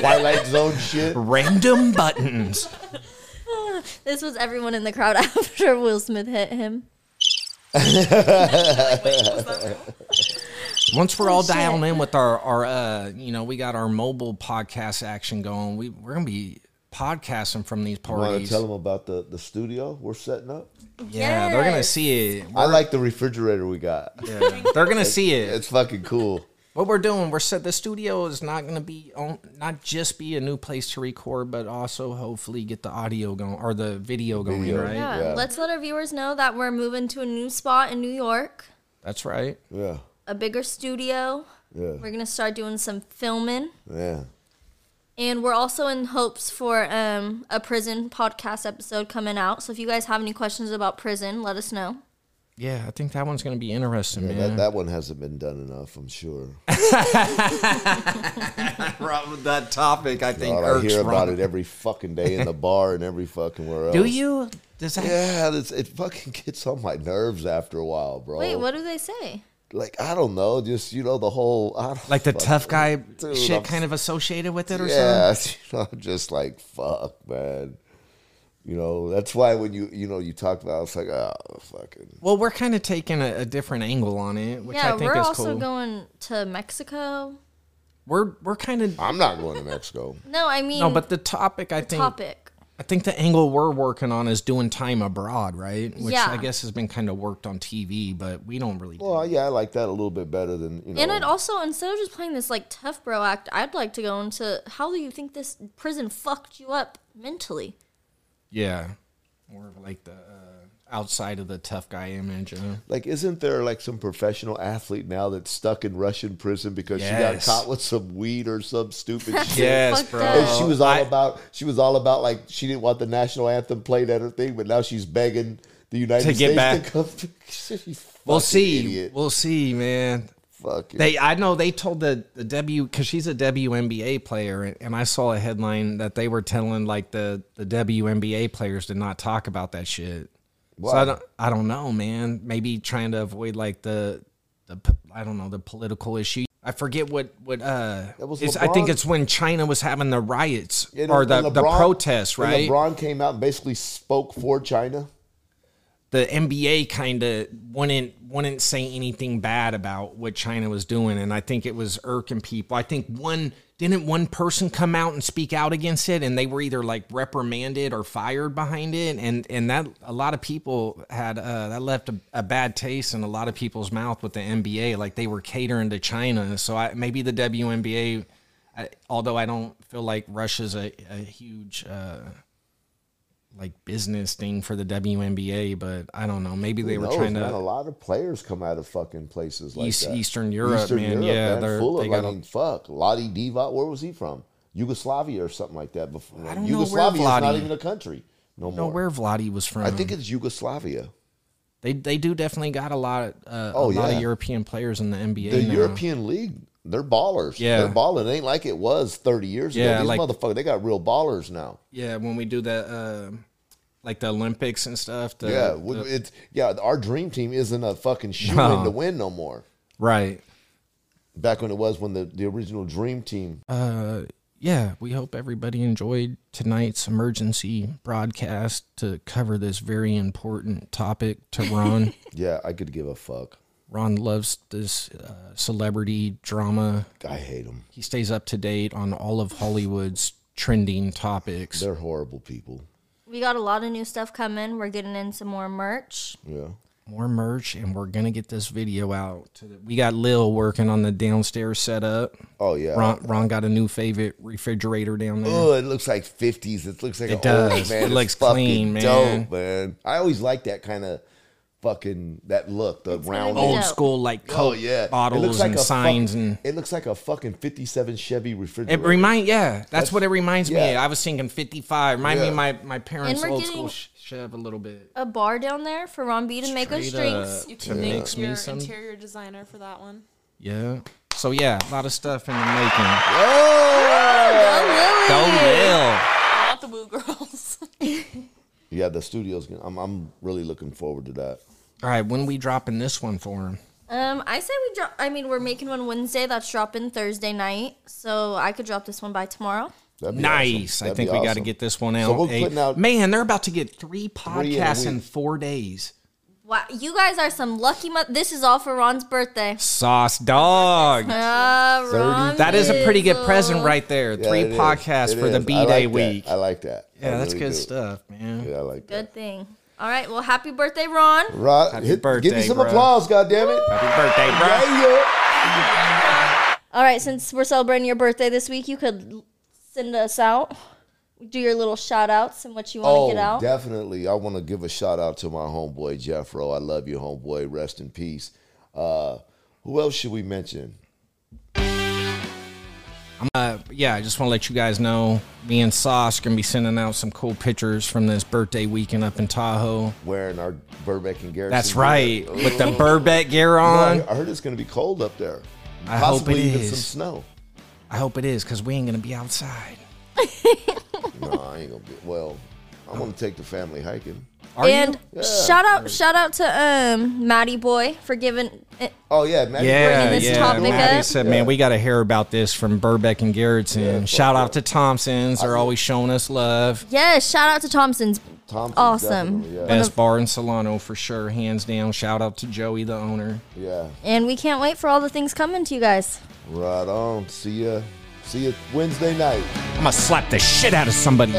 S3: Twilight Zone
S1: [LAUGHS]
S3: shit.
S1: Random buttons.
S2: this was everyone in the crowd [LAUGHS] after Will Smith hit him.
S1: Once we're all
S2: Oh, shit.
S1: dialing in with our our uh, you know, we got our mobile podcast action going. We we're gonna be podcasting from these
S3: Want to
S1: parties.
S3: tell them about the the studio we're setting up?
S1: Yeah, they're gonna
S2: Yes.
S1: see it.
S3: I like the refrigerator we got.
S1: They're gonna see it.
S3: It's fucking cool.
S1: what we're doing, we're set. The studio is not going to be on, not just be a new place to record, but also hopefully get the audio going or the video going.
S3: Video.
S1: Right?
S2: Yeah,
S3: Yeah.
S2: let's let our viewers know that we're moving to a new spot in New York,
S1: That's right.
S3: Yeah.
S2: a bigger studio. We're
S3: Yeah.
S2: gonna start doing some filming,
S3: Yeah.
S2: and we're also in hopes for um, a prison podcast episode coming out. So if you guys have any questions about prison, let us know.
S1: Yeah, I think that one's going to be interesting,
S3: Yeah,
S1: man.
S3: [LAUGHS] That, that one hasn't been done enough, I'm sure.
S1: Rob, that topic, I think,
S3: God, I
S1: irks
S3: hear
S1: Rob.
S3: about it every fucking
S1: [LAUGHS]
S3: day in the bar and every fucking where else.
S1: Do you? Does that?
S3: Yeah, it's, it fucking [LAUGHS] gets on my nerves after a while, bro.
S1: Oh.
S2: Wait, what do they say?
S3: Like I don't know, just you know the whole I don't
S1: Like the
S3: fuck-
S1: tough guy
S3: Dude,
S1: shit
S3: I'm-
S1: kind of associated with it or something?
S3: Yeah, [LAUGHS] you know, I'm just like fuck, man. You know that's why when you you know you talk about, it, it's like oh fucking
S1: Well, we're kind of taking a, a different angle on it, which
S2: yeah,
S1: I think
S2: we're
S1: is
S2: also
S1: cool.
S2: going to Mexico.
S1: we're we're kind of
S3: I'm not going to
S1: [LAUGHS]
S3: Mexico.
S2: No, I mean
S1: no, but the topic I think
S2: topic.
S1: I think the angle we're working on is doing time abroad, right? Which
S2: Yeah.
S1: I guess has been kind of worked on TV, but we don't really.
S3: well, yeah, I like that a little bit better than you know.
S2: And I'd also instead of just playing this like tough bro act, I'd like to go into how do you think this prison fucked you up mentally?
S1: yeah, more of like the uh, outside of the tough guy image. Uh,
S3: like, isn't there like some professional athlete now that's stuck in Russian prison because
S1: Yes.
S3: she got caught with some weed or some
S1: [LAUGHS]
S3: stupid shit?
S1: yes,
S2: Fucked
S1: bro.
S2: up.
S3: And she was all about she was all about like she didn't want the national anthem played at her thing, but now she's begging the
S1: To
S3: United
S1: get
S3: States
S1: back.
S3: to come. [LAUGHS] You
S1: We'll
S3: fucking
S1: see.
S3: idiot.
S1: We'll see, man.
S3: Fucking-
S1: They, I know they told the the W because she's a WNBA player, and- and I saw a headline that they were telling like the the WNBA players to not talk about that shit. So
S3: Why?
S1: I don't, I don't know, man. Maybe trying to avoid like the the p- I don't know the political issue. I forget what what uh.
S3: That was
S1: it's- I think
S3: LeBron.
S1: it's when China was having the riots
S3: And-
S1: or
S3: and
S1: the the
S3: LeBron-
S1: protests,
S3: and
S1: right?
S3: LeBron came out and basically spoke for China.
S1: the NBA kind of wouldn't wouldn't say anything bad about what China was doing, and I think it was irking people. I think one didn't one person come out and speak out against it, and they were either like reprimanded or fired behind it, and and that a lot of people had uh, that left a, a bad taste in a lot of people's mouth with the NBA, like they were catering to China. So I, maybe the WNBA, I, although I don't feel like Russia's a, a huge. Uh, like business thing for the WNBA, but I don't know. Maybe they
S3: Who
S1: were
S3: knows,
S1: trying
S3: man? a
S1: to
S3: lot of players come out of fucking places like
S1: East-
S3: that.
S1: Eastern Europe, man. Yeah, they're-
S3: full of.
S1: they got
S3: I
S1: a-
S3: mean, fuck, Lodi Divac. Where was he from? Yugoslavia or something like that. Before
S1: I don't know where
S3: Yugoslavia is not
S1: Vladi-
S3: even a country no
S1: know
S3: more.
S1: where Vladi was from.
S3: I think it's Yugoslavia.
S1: they they do definitely got a lot uh,
S3: Oh,
S1: a lot
S3: yeah.
S1: of European players in the NBA.
S3: The
S1: now.
S3: European League, they're ballers.
S1: Yeah.
S3: They're balling. It ain't like it was 30 years
S1: Yeah,
S3: ago. These
S1: like-
S3: motherfuckers, they got real ballers now.
S1: yeah, when we do the uh, like the Olympics and stuff. The,
S3: yeah.
S1: the-
S3: we- it's yeah, our dream team isn't
S1: [LAUGHS]
S3: a fucking shoe in
S1: No.
S3: to win no more.
S1: right.
S3: Back when it was when the, the original dream team.
S1: yeah, we hope everybody enjoyed tonight's emergency broadcast to cover this very important topic
S3: [LAUGHS]
S1: to Ron.
S3: Yeah, I could give a fuck.
S1: Ron loves this uh, celebrity drama.
S3: I hate them.
S1: He stays up to date on all of Hollywood's trending topics.
S3: They're horrible people.
S2: We got a lot of new stuff coming. We're getting in some more merch.
S3: Yeah.
S1: More merch, and we're gonna get this video out. To the, we got Lil working on the downstairs setup.
S3: Oh, yeah.
S1: Ron, Ron got a new favorite refrigerator down there.
S3: Oh, it looks like 50s. It looks like
S1: It
S3: an old
S1: does.
S3: man.
S1: It
S3: It's
S1: looks
S3: fucking
S1: clean, man.
S3: dope, man. I always like that kind of fucking that look, the
S2: gonna
S3: round
S2: be
S1: Old
S2: dope.
S1: school like
S3: Oh
S1: Coke
S3: yeah, It
S1: bottles
S3: looks like
S1: and
S3: a fuck-
S1: signs and.
S3: it looks like a fucking '57 Chevy refrigerator.
S1: It remind yeah, that's, what it reminds me.
S3: yeah.
S1: of. I was thinking fifty five. Remind me
S3: Yeah.
S1: of my my parents'
S2: we're
S1: old
S2: getting-
S1: school sh- Chev a little bit.
S2: A bar down there for Ron B to make us
S1: Straight up.
S2: drinks.
S4: You
S1: It
S4: can thank
S1: makes me
S4: your
S1: some-
S4: interior designer for that one.
S1: Yeah. So yeah, a lot of stuff in the making.
S2: Go Lily.
S1: Go Lil.
S4: I want the Woo Girls.
S3: yeah, the studio's. Gonna, I'm I'm really looking forward to that.
S1: All right, when we dropping this one for him?
S2: Um, I say we drop. I mean, we're making one Wednesday. That's dropping Thursday night. So I could drop this one by tomorrow.
S3: That'd be
S1: Nice.
S3: awesome.
S1: I
S3: That'd
S1: think we
S3: be
S1: got to
S3: awesome.
S1: get this one out.
S3: So we're
S1: Hey,
S3: putting out-
S1: Man, they're about to get three
S3: in a
S1: podcasts in,
S3: week.
S1: four days.
S2: Wow, you guys are some lucky. Mo- this is all for Ron's birthday.
S1: Sauce dog.
S2: Ah, Ron.
S1: That is a pretty good
S2: Bizzle.
S1: present right there.
S3: Yeah,
S1: three
S3: it is.
S1: podcasts
S3: It
S1: for the
S3: is.
S1: B
S3: I
S1: Day
S3: like that.
S1: week.
S3: I like that.
S1: yeah,
S3: I
S1: that's
S3: really
S1: good
S3: do.
S1: stuff, man.
S3: Yeah, I like
S2: Good
S3: that.
S2: thing. All right. Well, happy birthday, Ron.
S3: Rod,
S1: Happy
S3: hit, give me
S1: birthday,
S3: some
S1: bro.
S3: applause, goddammit.
S1: Happy birthday, bro.
S3: Yeah, yeah.
S2: All right, since we're celebrating your birthday this week, you could l- send us out, do your little shout outs and what you want to
S3: Oh,
S2: get out.
S3: definitely. I want to give a shout out to my homeboy Jeffro. I love you, homeboy. Rest in peace. Uh, who else should we mention?
S1: Uh, yeah, I just want to let you guys know me and Sauce are going to be sending out some cool pictures from this birthday weekend up in Tahoe.
S3: Wearing our Burbank and Garrison.
S1: That's
S3: gear.
S1: right,
S3: Oh,
S1: with the Burbeck gear
S3: I
S1: on.
S3: I heard it's going to be cold up there.
S1: I hope
S3: Possibly
S1: it
S3: even
S1: is.
S3: some snow.
S1: I hope it is because we ain't going to be outside.
S3: No, I ain't gonna be. Well,
S1: [LAUGHS]
S3: I'm gonna take the family hiking.
S1: Are
S2: and
S1: you?
S2: shout out, shout out to um Maddie Boy for giving. eh,
S3: Oh yeah, Maddie
S1: Yeah,
S2: this
S1: yeah.
S2: topic
S1: Maddie
S2: up.
S1: said, "Man, we got to hear about this from Burbeck and Garrettson."
S3: Yeah, fuck
S1: Shout out
S3: yeah.
S1: to Thompsons; they're always showing us love.
S2: Yes, shout out to Thompson's.
S3: Thompson,
S2: awesome.
S3: definitely, Yeah,
S1: Best bar in Solano for sure, hands down. Shout out to Joey, the owner.
S3: yeah.
S2: And we can't wait for all the things coming to you guys.
S3: Right on. See ya. See ya Wednesday night.
S1: I'm gonna slap the shit out of somebody.